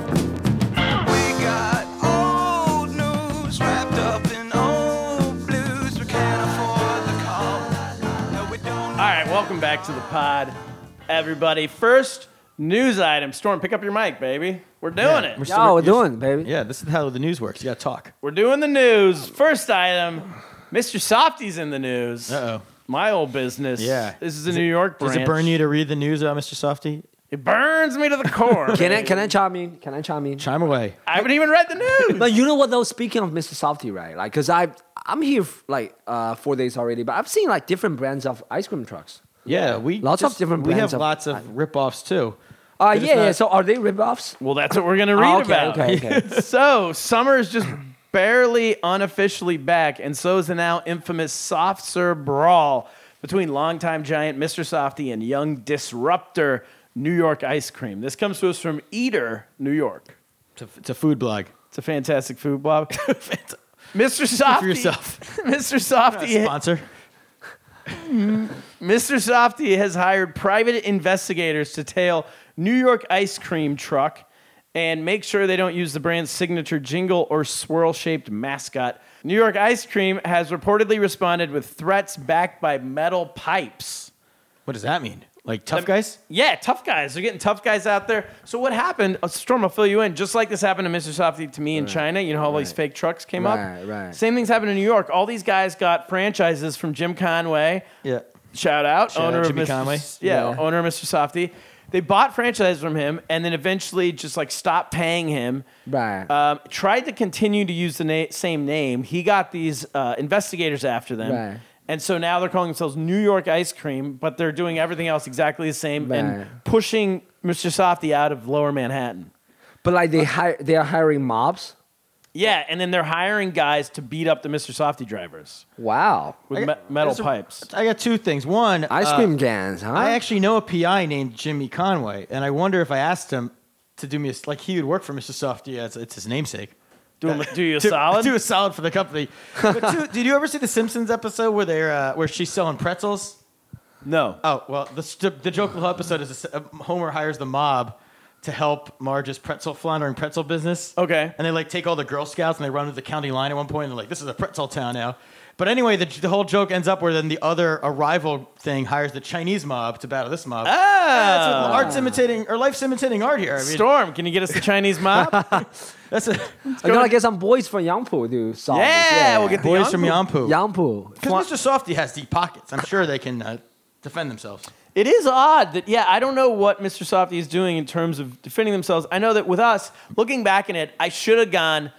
We got old news wrapped up in old blues. We can't afford the call. No, we don't. All right, welcome back to the pod, everybody. First news item. Storm, pick up your mic, baby. We're doing it. we're s- So Yo, we're you're- doing, baby. Yeah, this is how the news works. You gotta talk. We're doing the news. First item. Mr. Softy's in the news. Uh oh. My old business. Yeah. This is a New York branch. Does it burn you to read the news about Mr. Softy? It burns me to the core. Can I can I chime in? Can I chime in? Chime away. I haven't even read the news. But you know what though? Speaking of Mr. Softy, right? Like, cause I I'm here f- like uh, four days already, but I've seen like different brands of ice cream trucks. Yeah, we Lots of just- different We brands have of- lots of ripoffs too. They're Uh, yeah, just yeah. not- So are they ripoffs? Well, that's what we're going to read Ah, about. okay, okay, okay. so summer is just barely unofficially back, and so is the now infamous soft serve brawl between longtime giant Mr. Softy and young disruptor New York Ice Cream. This comes to us from Eater, New York. It's a, it's a food blog. It's a fantastic food blog. Mr. Softy, yourself. Mr. Softy, Sponsor. Mr. Softy has hired private investigators to tail New York ice cream truck and make sure they don't use the brand's signature jingle or swirl shaped mascot. New York ice cream has reportedly responded with threats backed by metal pipes. What does that mean? Like tough guys? Yeah, tough guys. They're getting tough guys out there. So what happened? uh, Storm, I'll fill you in. Just like this happened to Mr. Softy to me in China. You know how all these fake trucks came Right, up. right. Same things happened in New York. All these guys got franchises from Jim Conway. Yeah. Shout out, Shout owner out of Jimmy Mr. Conway. Yeah, Yeah. owner of Mr. Softy. They bought franchise from him and then eventually just like stopped paying him. Right. Um, tried to continue to use the na- same name. He got these uh, investigators after them. Right. And so now they're calling themselves New York Ice Cream, but they're doing everything else exactly the same Right. and pushing Mr. Softy out of lower Manhattan. but like they hire, they are hiring mobs. Yeah, and then they're hiring guys to beat up the Mr. Softy drivers Wow. with I- me- metal there's a- pipes. I got two things. One, Ice uh, cream gangs, huh? I actually know a PI named Jimmy Conway, and I wonder if I asked him to do me a, s- like he would work for Mr. Softy. As it's his namesake. Do, him- do you a Do- solid? Do a solid for the company. But two, did you ever see the Simpsons episode where they're uh, where she's selling pretzels? no. Oh well, the st- the joke of the whole episode is uh, Homer hires the mob to help Marge's pretzel floundering pretzel business. Okay. And they like take all the Girl Scouts and they run to the county line at one point and they're like, this is a pretzel town now. But anyway, the, the whole joke ends up where then the other arrival thing hires the Chinese mob to battle this mob. Ah, that's what art's imitating or life's imitating art here. I mean, Storm, can you get us the Chinese mob? that's a, I gotta get some boys from Yangpu to solve this. Yeah, we'll get boys from Yampu. Yangpu. Because Mr. Softy has deep pockets. I'm sure they can uh, defend themselves. It is odd that, yeah, I don't know what Mr. Softy is doing in terms of defending themselves. I know that with us, looking back in it, I should have gone.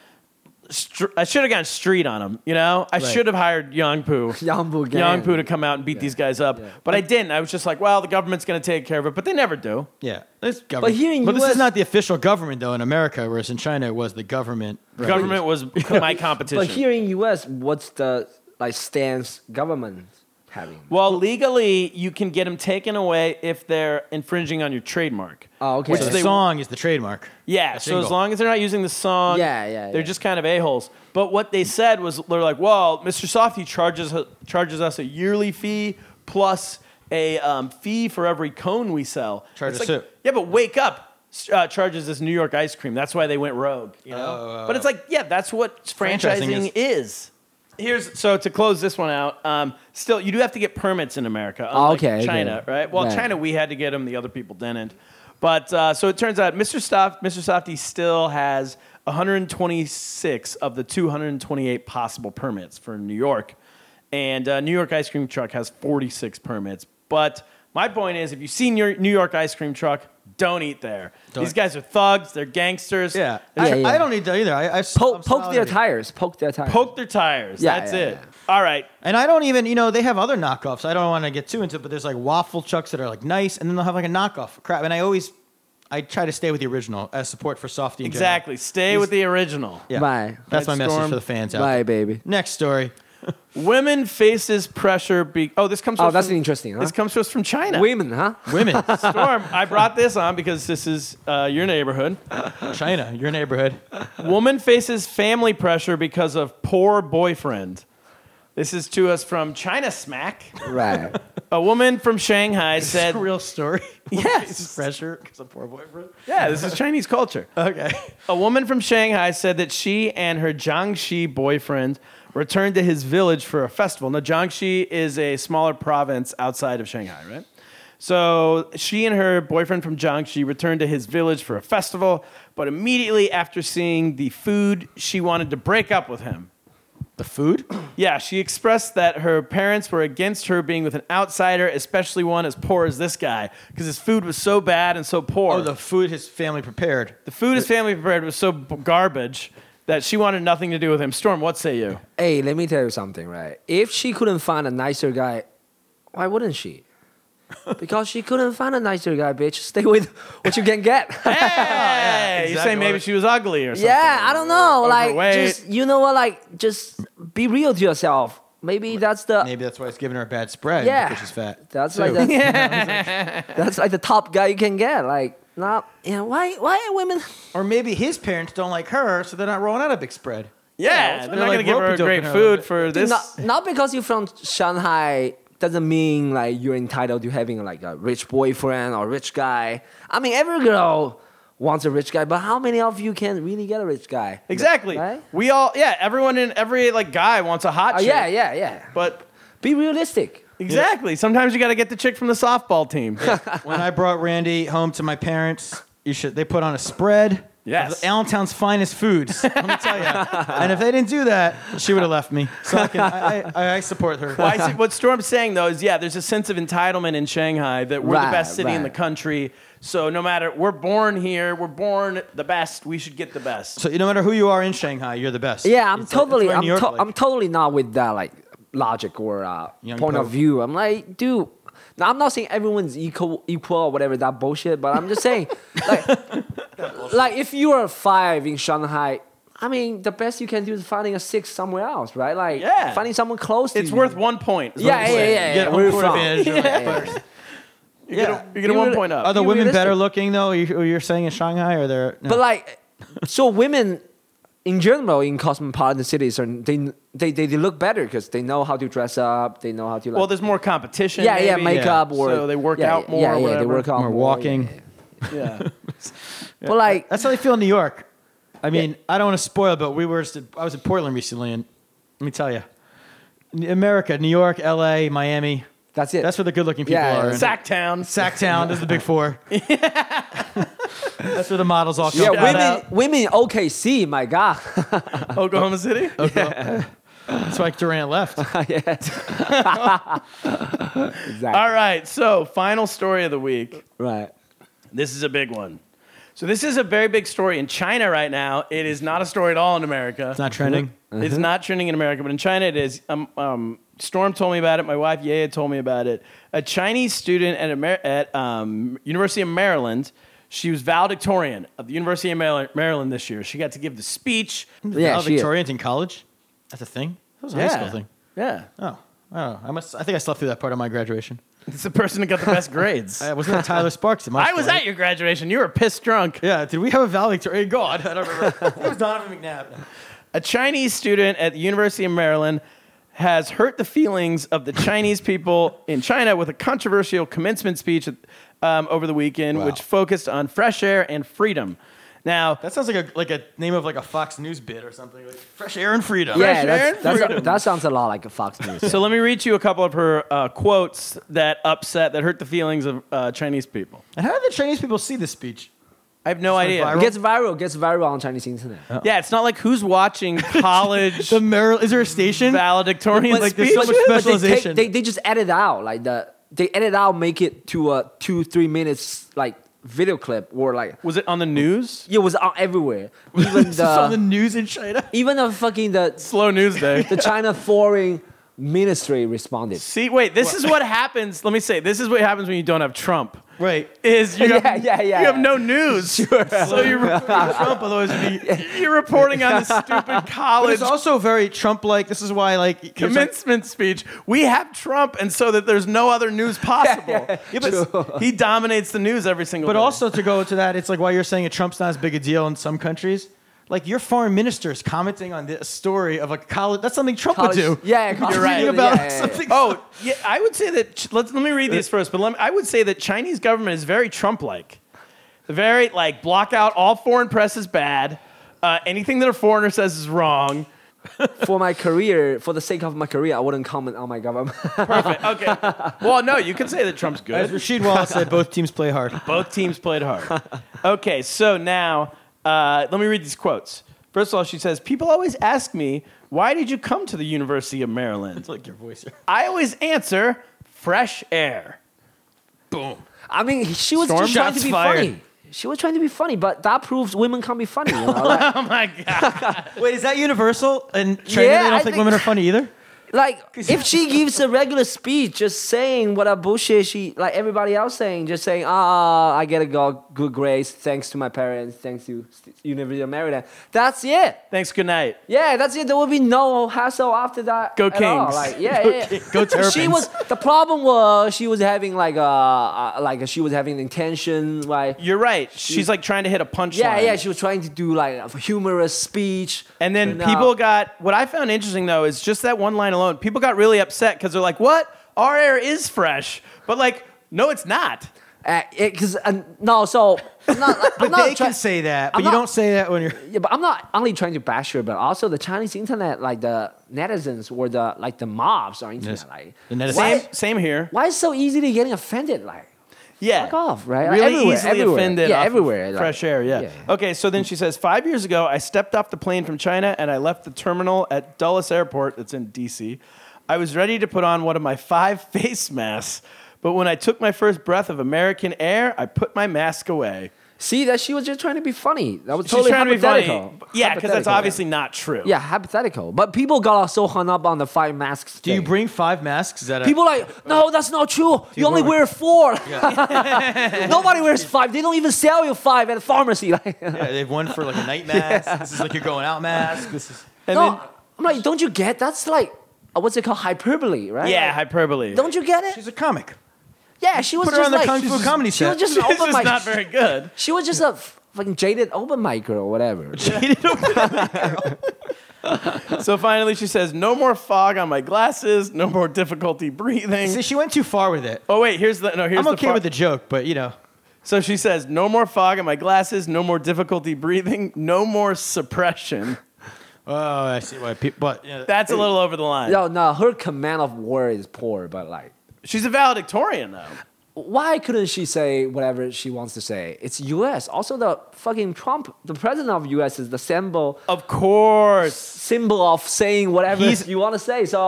Str- I should have gone street on him, you know. I should have hired Yang Poo, Yangpu gang. Yang Poo to come out and beat these guys up, but I didn't. I was just like, well, the government's going to take care of it, but they never do. Yeah, this government. here in but this US is not the official government though in America, whereas in China it was the government. Government was my competition. But here in U.S., what's the like stance government having? well, legally, you can get them taken away if they're infringing on your trademark. Oh, okay. Which So the they- song is the trademark. Yeah, A so as single. long as they're not using the song, Yeah, yeah, they're yeah. just kind of a holes. But what they said was they're like, "Well, Mr. Softy charges charges us a yearly fee plus a um, fee for every cone we sell." Charge It's us like, too. Yeah, but wake up uh, charges this New York ice cream. That's why they went rogue, you know. but it's like, yeah, that's what Oh, franchising Franchising is. Here's so to close this one out. Um, still, you do have to get permits in America. unlike Okay, okay. China, right? Well, Right. China we had to get them, the other people didn't. But uh, so it turns out Mr. Stoff, Mr. Softy still has 126 of the 228 possible permits for New York. And uh, New York Ice Cream Truck has 46 permits. But my point is if you see your New York Ice Cream Truck, don't eat there. These guys are thugs, they're gangsters. Yeah, They're I, Yeah, yeah. I don't need that either. I, I poke, poke their tires. Poke their tires. Poke their tires. Yeah, That's yeah, it. yeah. All right. And I don't even, you know, they have other knockoffs. I don't want to get too into it, but there's like waffle chucks that are like nice, and then they'll have like a knockoff crap. And I always, I try to stay with the original as support for softy. in general. Exactly. Stay with the original. Yeah. Bye. That's my Red message Storm. for the fans out Bye, there. baby. Next story. Women faces pressure. Be- oh, this comes. to Oh, us that's from- interesting, huh? This comes to us from China. Women, huh? Women, Storm, I brought this on because this is uh, your neighborhood. China, your neighborhood. Woman faces family pressure because of poor boyfriend. This is to us from China Smack. Right. A woman from Shanghai That's said, a real story. "Yes, Pressure because I'm poor boyfriend. yeah, this is Chinese culture." Okay. A woman from Shanghai said that she and her Jiangxi boyfriend returned to his village for a festival. Now, Jiangxi is a smaller province outside of Shanghai, right? So she and her boyfriend from Jiangxi returned to his village for a festival, but immediately after seeing the food, she wanted to break up with him. Oh, The food. Yeah, she expressed that her parents were against her being with an outsider, especially one as poor as this guy, because his food was so bad and so poor. Oh, the food his family prepared. The food his family prepared was so b- garbage that she wanted nothing to do with him. Storm, what say you? hey, let me tell you something, right? If she couldn't find a nicer guy, why wouldn't she? because she couldn't find a nicer guy, bitch. Stay with what you can get. Hey, Oh, you say exactly maybe what- she was ugly or something. yeah, I don't know. Like, Overweight. just you know what? Like, just be real to yourself. Maybe that's the Maybe that's why it's giving her a bad spread. Yeah. Because she's fat. that's too. like the, that's like the top guy you can get. Like, not yeah. why why are women? Or maybe his parents don't like her, so they're not rolling out a big spread. Yeah, that's they're right. not Like gonna give her rope-a-doping great her a little food bit. for this. Not, not because you're from Shanghai doesn't mean like you're entitled to having like a rich boyfriend or rich guy. I mean, every girl wants a rich guy, but how many of you can really get a rich guy? exactly. Right? We all, yeah, everyone in every like guy wants a hot Oh, chick. yeah, yeah, yeah. But Be realistic. exactly, sometimes you got to get the chick from the softball team. when I brought Randy home to my parents, you should they put on a spread. Yes. Of the Allentown's finest foods. Let me tell you. and if they didn't do that, she would have left me. So I, can, I, I, I support her. Well, I see, what Storm's saying though is, yeah, there's a sense of entitlement in Shanghai that we're the Right, best city in the right. country. So no matter, we're born here, we're born the best. We should get the best. So no matter who you are in Shanghai, you're the best. Yeah, I'm It's like- totally, it's where I'm, New York to- like. I'm totally not with that like logic or uh, Young point of Pope. view. I'm like, dude. Now I'm not saying everyone's equal, equal or whatever that bullshit, but I'm just saying, like, like if you are five in Shanghai, I mean, the best you can do is finding a six somewhere else, right? Like, Yeah. finding someone close to It's you. worth one point. is what Yeah, I'm yeah, yeah, saying. yeah. Get yeah. one Where you point from? advantage, you're like You yeah. get, a, you get a You one really- point up. Are the be women better realistic. looking though? You, you're saying in Shanghai, or they're no. But like, so women in general in cosmopolitan cities are they they they, they look better because they know how to dress up, they know how to like well, there's more competition. yeah yeah maybe. makeup Yeah. or so they work yeah, out more. yeah or yeah they whatever. work out Or more walking. Yeah. But like That's how they feel in New York. I mean, I don't want to spoil, but we were. I was in Portland recently, and let me tell you, America, New York, L.A., Miami. that's it That's where the good-looking people Yeah, are. yeah. And Sacktown. Sacktown is the big four. That's where the models all come yeah from. women women in OKC my god Oklahoma City. That's why Durant left. yeah All exactly right. So, final story of the week. right This is a big one. So, this is a very big story in China right now. It is not a story at all in America. It's Not trending. It's Mm-hmm. not trending in America, but in China it is. Um, um, Storm told me about it. My wife Yea told me about it. A Chinese student at, Amer- at um, University of Maryland. She was valedictorian of the University of Maryland, Maryland this year. She got to give the speech. yeah oh, she is. Victorians in college. That's a thing. That was a high school thing. Yeah. Oh, I don't know. I must. I think I slept through that part of my graduation. It's the person that got the best grades. Uh, wasn't that Tyler Sparks? at my I school, was right? at your graduation. You were pissed drunk. Yeah, did we have a valedictorian? God, I don't remember. it was Donovan McNabb. A Chinese student at the University of Maryland has hurt the feelings of the Chinese people in China with a controversial commencement speech um, over the weekend, which focused on fresh air and freedom. Now, That sounds like a like a name of like a Fox News bit or something. Like Fresh Air and Freedom. yeah air that's, and that's, freedom. that sounds a lot like a Fox News so let me read you a couple of her uh, quotes that upset, that hurt the feelings of uh, Chinese people. And how did the Chinese people see this speech? I have no This idea. went viral? gets viral gets viral on Chinese internet Yeah, it's not like who's watching college Maryland. Is there a station? valedictorian Like, there's speech. so much but they, take, specialization. they they just edit out like the they edit out make it to a two three minutes like video clip or like Was it on the news? it was out everywhere even This is on the the news in China. even the fucking the Slow news day. the China foreign ministry responded See, wait, this is what happens. Let me say, this is what happens when you don't have Trump. Right. Is you Yeah, have, yeah, yeah. you have no news. So you're, Trump, otherwise it'd be. you're reporting on this stupid But college it's also very Trump-like. This is why, like, it's like- commencement speech. We have Trump, and so that there's no other news possible. he dominates the news every single but day. also to go to that, it's like why you're saying it, Trump's not as big a deal in some countries. Like your foreign minister is commenting on the story of a college. That's something Trump College- would do. yeah, college- you're reading yeah, about yeah, yeah. something. Oh, yeah, I would say that. Ch- Let's, let me read these first, but let me, I would say that Chinese government is very Trump-like, very like block out all foreign press is bad. Uh, anything that a foreigner says is wrong. for my career for the sake of my career I wouldn't comment on my government Perfect. Okay. Well, no, you can say that Trump's good. As Rasheed Wallace said, both teams play hard. Both teams played hard. Okay, so now uh, let me read these quotes. First of all, she says, People always ask me, why did you come to the University of Maryland? like your voice. I always answer, fresh air. I mean she was Storm just trying shots to be fired. funny she was trying to be funny but that proves women can't be funny you know? like, Oh my God. Wait, is that universal? And China, Yeah, they don't I think, think- women are funny either. Like if she gives a regular speech, just saying what a bullshit she like everybody else saying, just saying ah I get a go- good grades thanks to my parents, thanks to St- University of Maryland. That's it. Thanks. Good night. Yeah, that's it. There will be no hassle after that. Go at all. Kings. Like, yeah, Go yeah. Ki- go She Terrapins. was the problem was she was having like uh, uh like she was having intention like You're right. She's like trying to hit a punchline. yeah yeah she was trying to do like a humorous speech And then but no. people got what I found interesting though is just that one line alone. People got really upset because they're like, "What? Our air is fresh," but like, no, it's not. Uh, it, cause, uh, no, so I'm not, I'm But not they try- can say that, but I'm you not- don't say that when you're. Yeah, but I'm not only trying to bash her, but also the Chinese internet, like the netizens or the like the mobs on internet, Yes. like The netizens. Why, Same, same here. why is so easily getting offended? Like Yeah. Fuck off, right? Like, Really everywhere, easily everywhere. offended. Yeah, off of everywhere, like- fresh air, yeah. yeah. Okay, so then she says, five years ago, I stepped off the plane from China and I left the terminal at Dulles Airport, that's in D.C. I was ready to put on one of my five face masks, but when I took my first breath of American air, I put my mask away. see that she was just trying to be funny. That was She's totally trying to be hypothetical. funny. Yeah, because that's Hypothetical, obviously not true. yeah. Yeah, hypothetical. But people got so hung up on the five masks. Do you bring five masks? Is that a, People like, no, that's not true. You only want- wear four. Nobody wears five. They don't even sell you five at a pharmacy. Like, Yeah, they have one for like a night mask. This is like your going out mask. This is. And no, then- I'm like, don't you get that's like uh, what's it called hyperbole, right? yeah, Like, hyperbole. don't you get it? She's a comic. yeah, she was Put her just on the like kung fu comedy she was set. just an this open is mic. not very good. she was just a f- fucking jaded open micer or whatever. so finally, she says, no more fog on my glasses, no more difficulty breathing. See, she went too far with it. Oh wait, here's the no. Here's I'm okay the with the joke, but you know, So she says, "No more fog in my glasses. No more difficulty breathing. No more suppression." oh, I see why people. But you know, That's a little over the line. no, no, her command of word is poor, but like, She's a valedictorian though. why couldn't she say whatever she wants to say? It's U.S. Also, the fucking Trump, the president of U.S. is the symbol Of course. symbol of saying whatever He's- you want to say. So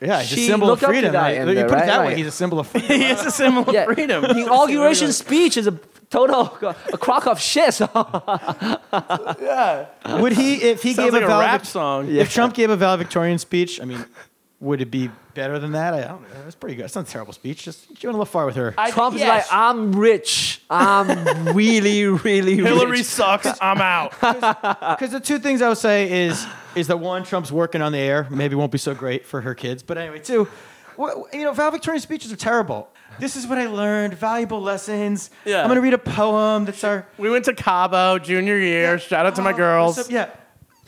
yeah, he's a she symbol of looked up to freedom. that right? and you there, put it right? that way, Like- he's a symbol of freedom. he is a symbol of yeah, freedom. The inauguration speech is a total a crock of shit. So. Would he, if he Sounds gave like a a, valedic- rap song. If Trump gave a valedictorian speech, I mean, would it be better than that? I don't know. That's pretty good. It's not a terrible speech. Just she went a little far with her. I- Trump's yes. like, I'm rich. I'm really, really Hillary rich. sucks. I'm out. Because the two things I would say is is that one, Trump's working on the air, maybe won't be so great for her kids. But anyway, two, wha- you know, valedictorian speeches are terrible. This is what I learned. Valuable lessons. Yeah. I'm gonna read a poem. That's our We went to Cabo junior year. Shout out to my Oh, girls. so- yeah.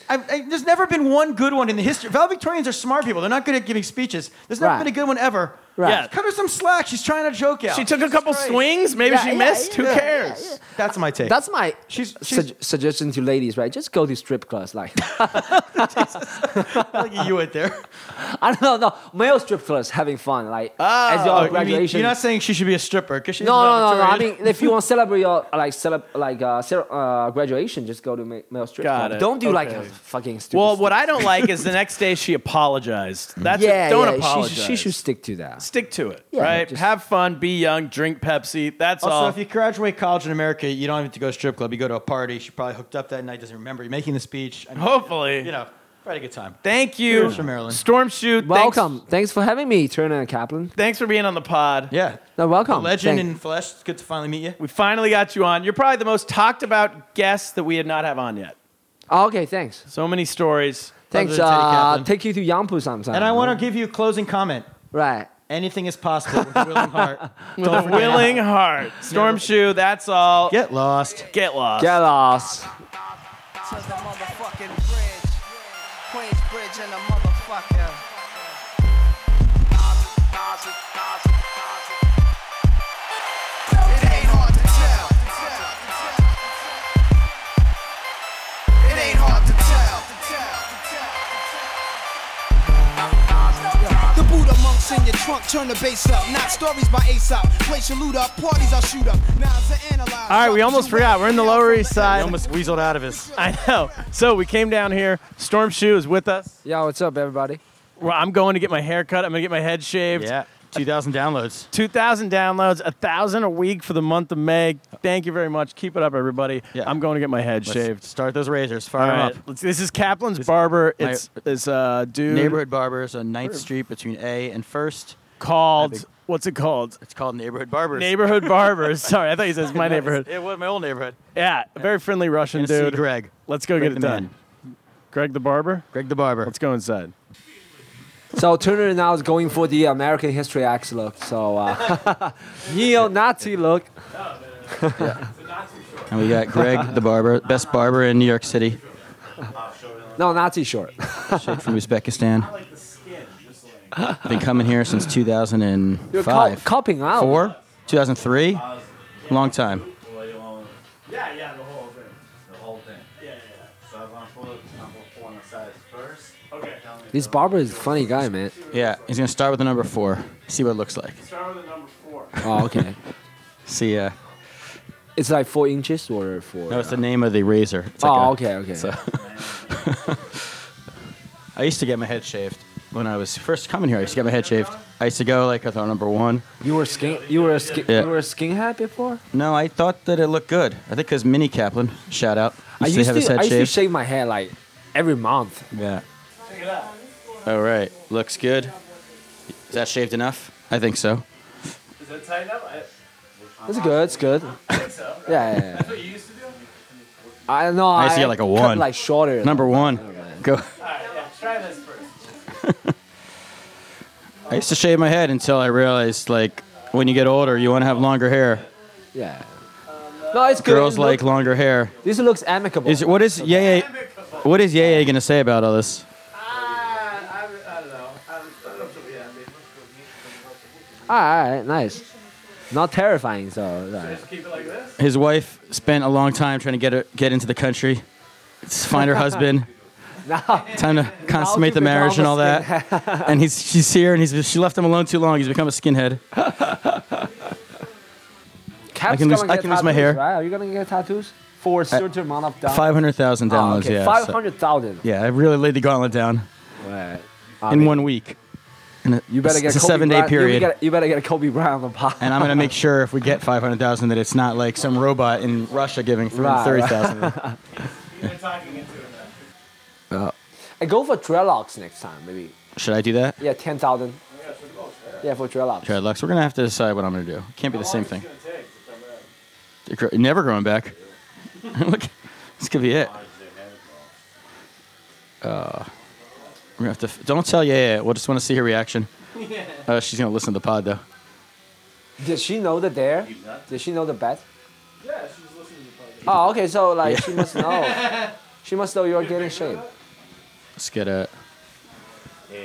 I've, I, there's never been one good one in the history. Valedictorians are smart people. They're not good at giving speeches. There's never Right. been a good one ever. Right. Yeah. Cut her some slack. She's trying to joke out. She took a couple Christ. swings. Maybe Yeah, she yeah, missed. yeah, Who yeah, cares? That's my take. That's my She's- sug- she's- suggestion to ladies, right? Just go to strip clubs. Like, like you went there. I don't know, no, male strip clubs having fun. Like, as Oh, you your mean- graduation. you're not saying she should be a stripper because she's no, no, no, no. I valedictorian. mean, if you want to celebrate your like celeb, like uh, cele- uh, graduation, just go to ma- male strip Got club. it. Don't do like Okay. a fucking stupid. Well, what I don't like is the next day she apologized. That's yeah, it. don't yeah, apologize. She, she should stick to that. stick to it. Yeah, right. just- Have fun. Be young. Drink Pepsi. That's Also, all. if you graduate college in America, you don't have to go to a strip club. You go to a party. She probably hooked up that night. Doesn't remember you making the speech. I mean, Hopefully. you know, probably a good time. Thank you, Cheers from Maryland. Storm Shoot. Welcome. Thanks. for having me, Turner and Kaplan. Thanks, thanks for being on the pod. Yeah, No, welcome. legend Thank- in flesh. It's good to finally meet you. We finally got you on. You're probably the most talked about guest that we had not have on yet. Oh, okay, thanks. So many stories. Thanks. than Teddy Uh, Kaplan. take you to Yampu sometime. And I want to. to give you a closing comment. Right. Anything is possible with a willing heart. With a willing heart. Storm Shoe, that's all. Get, Get lost. lost. Get lost. to the motherfucking bridge. Queens Bridge and a motherfucker. It ain't hard to tell. It ain't hard to tell. The Buddha monks in your trunk, turn the bass up. Not stories by Aesop. Place your loot up, parties I'll shoot up. Nas are analyzed. All right, we almost forgot. We're in the Lower East Side. weaseled out of his. I know. So we came down here. Storm Shoe is with us. Yo, what's up, everybody? Well, I'm going to get my hair cut. I'm going to get my head shaved. Yeah. Two thousand downloads. 2,000 downloads, 1,000 a week for the month of May. Thank you very much. Keep it up, everybody. Yeah. I'm going to get my head Let's shaved. Start those razors. Fire All 'em right. up. Let's- this is Kaplan's Barber. my- It's it's uh, dude Neighborhood barbers on 9th Street between A and First. called. I think- What's it called? It's called Neighborhood Barbers. Neighborhood Barbers. Sorry, I thought you said it's my neighborhood. It was my old neighborhood. Yeah, a very friendly Russian And see dude. Greg. Let's go Greg get it the done. man. Greg the barber. Greg the barber. Let's go inside. So Turner now is going for the American History X look. So uh, neo-Nazi look. And we got Greg the barber, best barber in New York City, No, Nazi short. straight from Uzbekistan. Been coming here since You're cop- 2005. copying out. Four? 2003? Long time. Yeah, yeah, the whole thing. Okay. This barber is a funny guy, man. Yeah, he's gonna start with the number four. See what it looks like. Start with the number four. Oh, okay. See, uh, it's like four inches or four. no, it's the name of the razor. It's like oh, a- okay, okay. So- I used to get my head shaved when I was first coming here. I used to get my head shaved. I used to go like with our number one. you were skin, you were a skin, Yeah. you were a skinhead before. No, I thought that it looked good. I think because Minnie Kaplan, shout out, I used to have his head I used to shaved. shave my hair like every month. yeah. All right, looks good. Is that shaved enough? I think so. Is that tight enough? I It's good. It's good. think so. Yeah, yeah. yeah. what you used to do? I know. I used to get like a one. Cut, like shorter. Number one, go. Try this first. I used to shave my head until I realized like when you get older, you want to have longer hair. Yeah. No, it's good. Girls It like look- longer hair. this looks amicable. Is what is yeah What is Yaya gonna say about all this? All right, nice. Not terrifying, so. alright. His wife spent a long time trying to get her, get into the country, s- find her husband. Time to consummate the become marriage and a all that. and he's she's here and he's she left him alone too long. He's become a skinhead. Cap's can lose- gonna I get can lose my hair. Uh, tattoos, Right? Are you gonna get tattoos for a certain amount of dollars? Five hundred thousand downloads. Yeah. Oh. Five so- hundred thousand. yeah, I really laid the gauntlet down Right. in one week. In a- You better it's- get it's a Kobe seven day Bryant- period. You better, you better get a Kobe Bryant on the pot. and I'm gonna make sure if we get five hundred thousand that it's not like some robot in Russia giving three Right, thirty thousand. I go for dreadlocks next time, maybe. Should I do that? Yeah, ten thousand. Yeah, for dreadlocks. Dreadlocks. We're gonna have to decide what I'm gonna do. Can't be the same thing. It gr- Never growing back. Look, this could be it. Uh, we're gonna have to. F- don't tell yeah, yeah. We'll just want to see her reaction. Uh, she's gonna listen to the pod though. Did she know the dare? Did she know the bet? Oh, okay. So like, she must know. She must know you're getting shaved. Let's get a in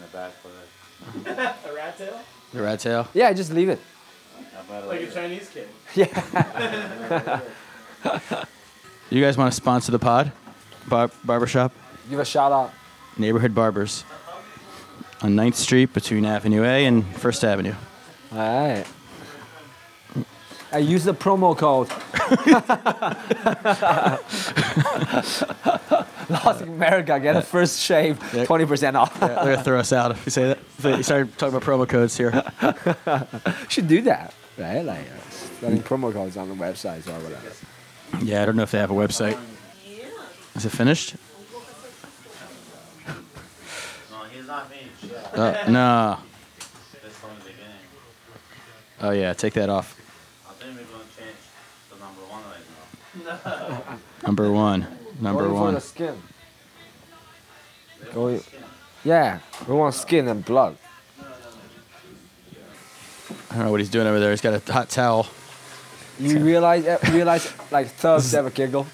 the back for A rat tail? the rat tail. Yeah, just leave it. Like a Chinese kid. You guys want to sponsor the pod? Bar- barbershop, Give a shout out. neighborhood barbers, on 9th Street between Avenue A and First Avenue. All right. I use the promo code. Lost in America, get a first shave, Yeah. 20% off. Yeah, they're gonna throw us out if you say that. If they start talking about promo codes here. should do that, right? Like, uh, selling promo codes on the websites or whatever. Yeah, I don't know if they have a website. Is it finished? No, he's not finished. Yeah. Uh, no. That's from the beginning. Oh yeah, take that off. I think we're gonna change the number one right now. Number one. Number Going for one. the skin. Going, yeah, we want skin and blood. I don't know what he's doing over there. He's got a hot towel. You realize, eh, realize like thugs ever giggle.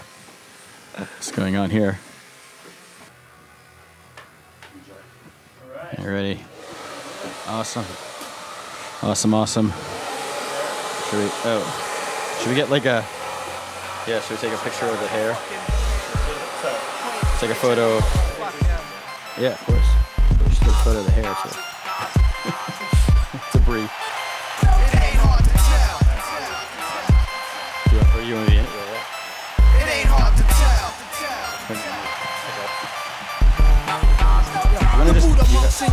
What's going on here? You ready? Awesome. Awesome. Awesome. Should we? Oh, should we get like a? Yeah. Should we take a picture of the hair? Take a photo. Yeah, of course. We should take a photo of the hair too. it's a brief. It ain't hard to tell. You want, you want to be in It it? ain't hard to tell.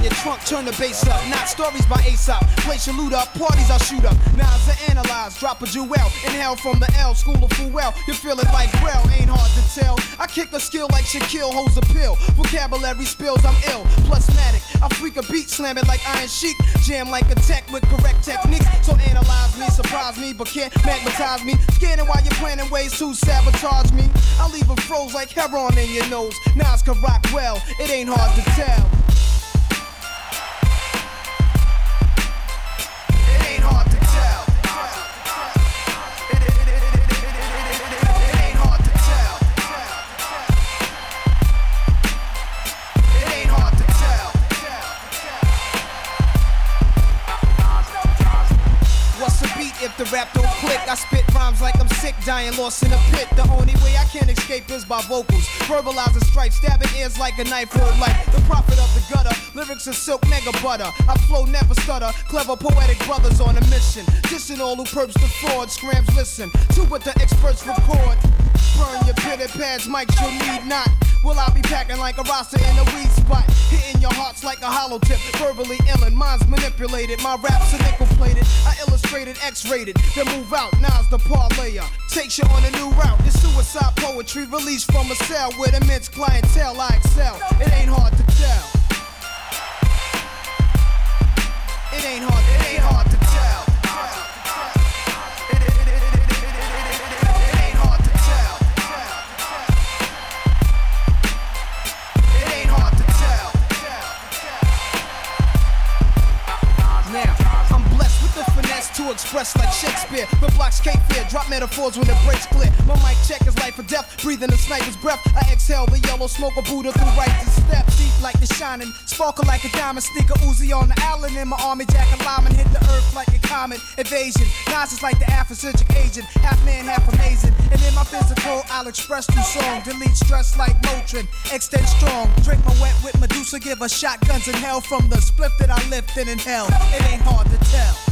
your trunk, turn the bass up. Not stories by Aesop. Place your loot up, parties I'll shoot up. Knives are analyzed, drop a jewel. Inhale from the L, school of fool well. You feel it like well, ain't hard to tell. I kick a skill like Shaquille, holds a pill. Vocabulary spills, I'm ill. Plus matic, I freak a beat, slam it like Iron Sheik. Jam like a tech with correct techniques. So analyze me, surprise me, but can't magnetize me. Scanning while you're planning ways to sabotage me. I leave a froze like heroin in your nose. Nas can rock well, it ain't hard to tell. It ain't hard to tell. It- it- it- it- it- it- it- it- it- it ain't hard to tell. It ain't hard to tell. What's a beat if the rap don't click? I spit rhymes like I'm sick, dying lost in a pit. The only way I can escape is by vocals. Verbalizing stripes, stabbing ears like a knife hold like the prophet of the gutter. Lyrics are silk, mega butter. I flow, never stutter. Clever poetic brothers on a mission. Dissing all who perps the fraud. Scrams, listen to what the experts record. Burn your pitter pads, mics you need not. Will I be packing like a roster in a weed spot? Hitting your hearts like a hollow tip. Verbally illin', mine's manipulated. My raps are nickel plated. I illustrated X-rated. Then move out, Nas the parlayer. Takes you on a new route. It's suicide poetry released from a cell with immense clientele. I excel. It ain't hard to tell. It ain't hard. It ain't hard to tell. It- it- it- it- it- it- it- it- it- it ain't hard to tell. It ain't hard to tell. Now, I'm blessed with the finesse to express like Shakespeare. The blocks cake fear, drop metaphors when the breaks clear. My mic check is life or death, breathing a sniper's breath. I exhale the yellow smoke of Buddha through righteous steps. Deep like the shining, sparkle like a diamond, sneaker Uzi on the island in my army jacket lineman. Hit the earth like a comet, invasion. Nas is like the Afrocentric agent, half man, half amazing. And in my physical, I'll express through song. Delete stress like Motrin, extend strong. Drink my wet with Medusa, give us shotguns and hell from the spliff that I lift and inhale. It ain't hard to tell.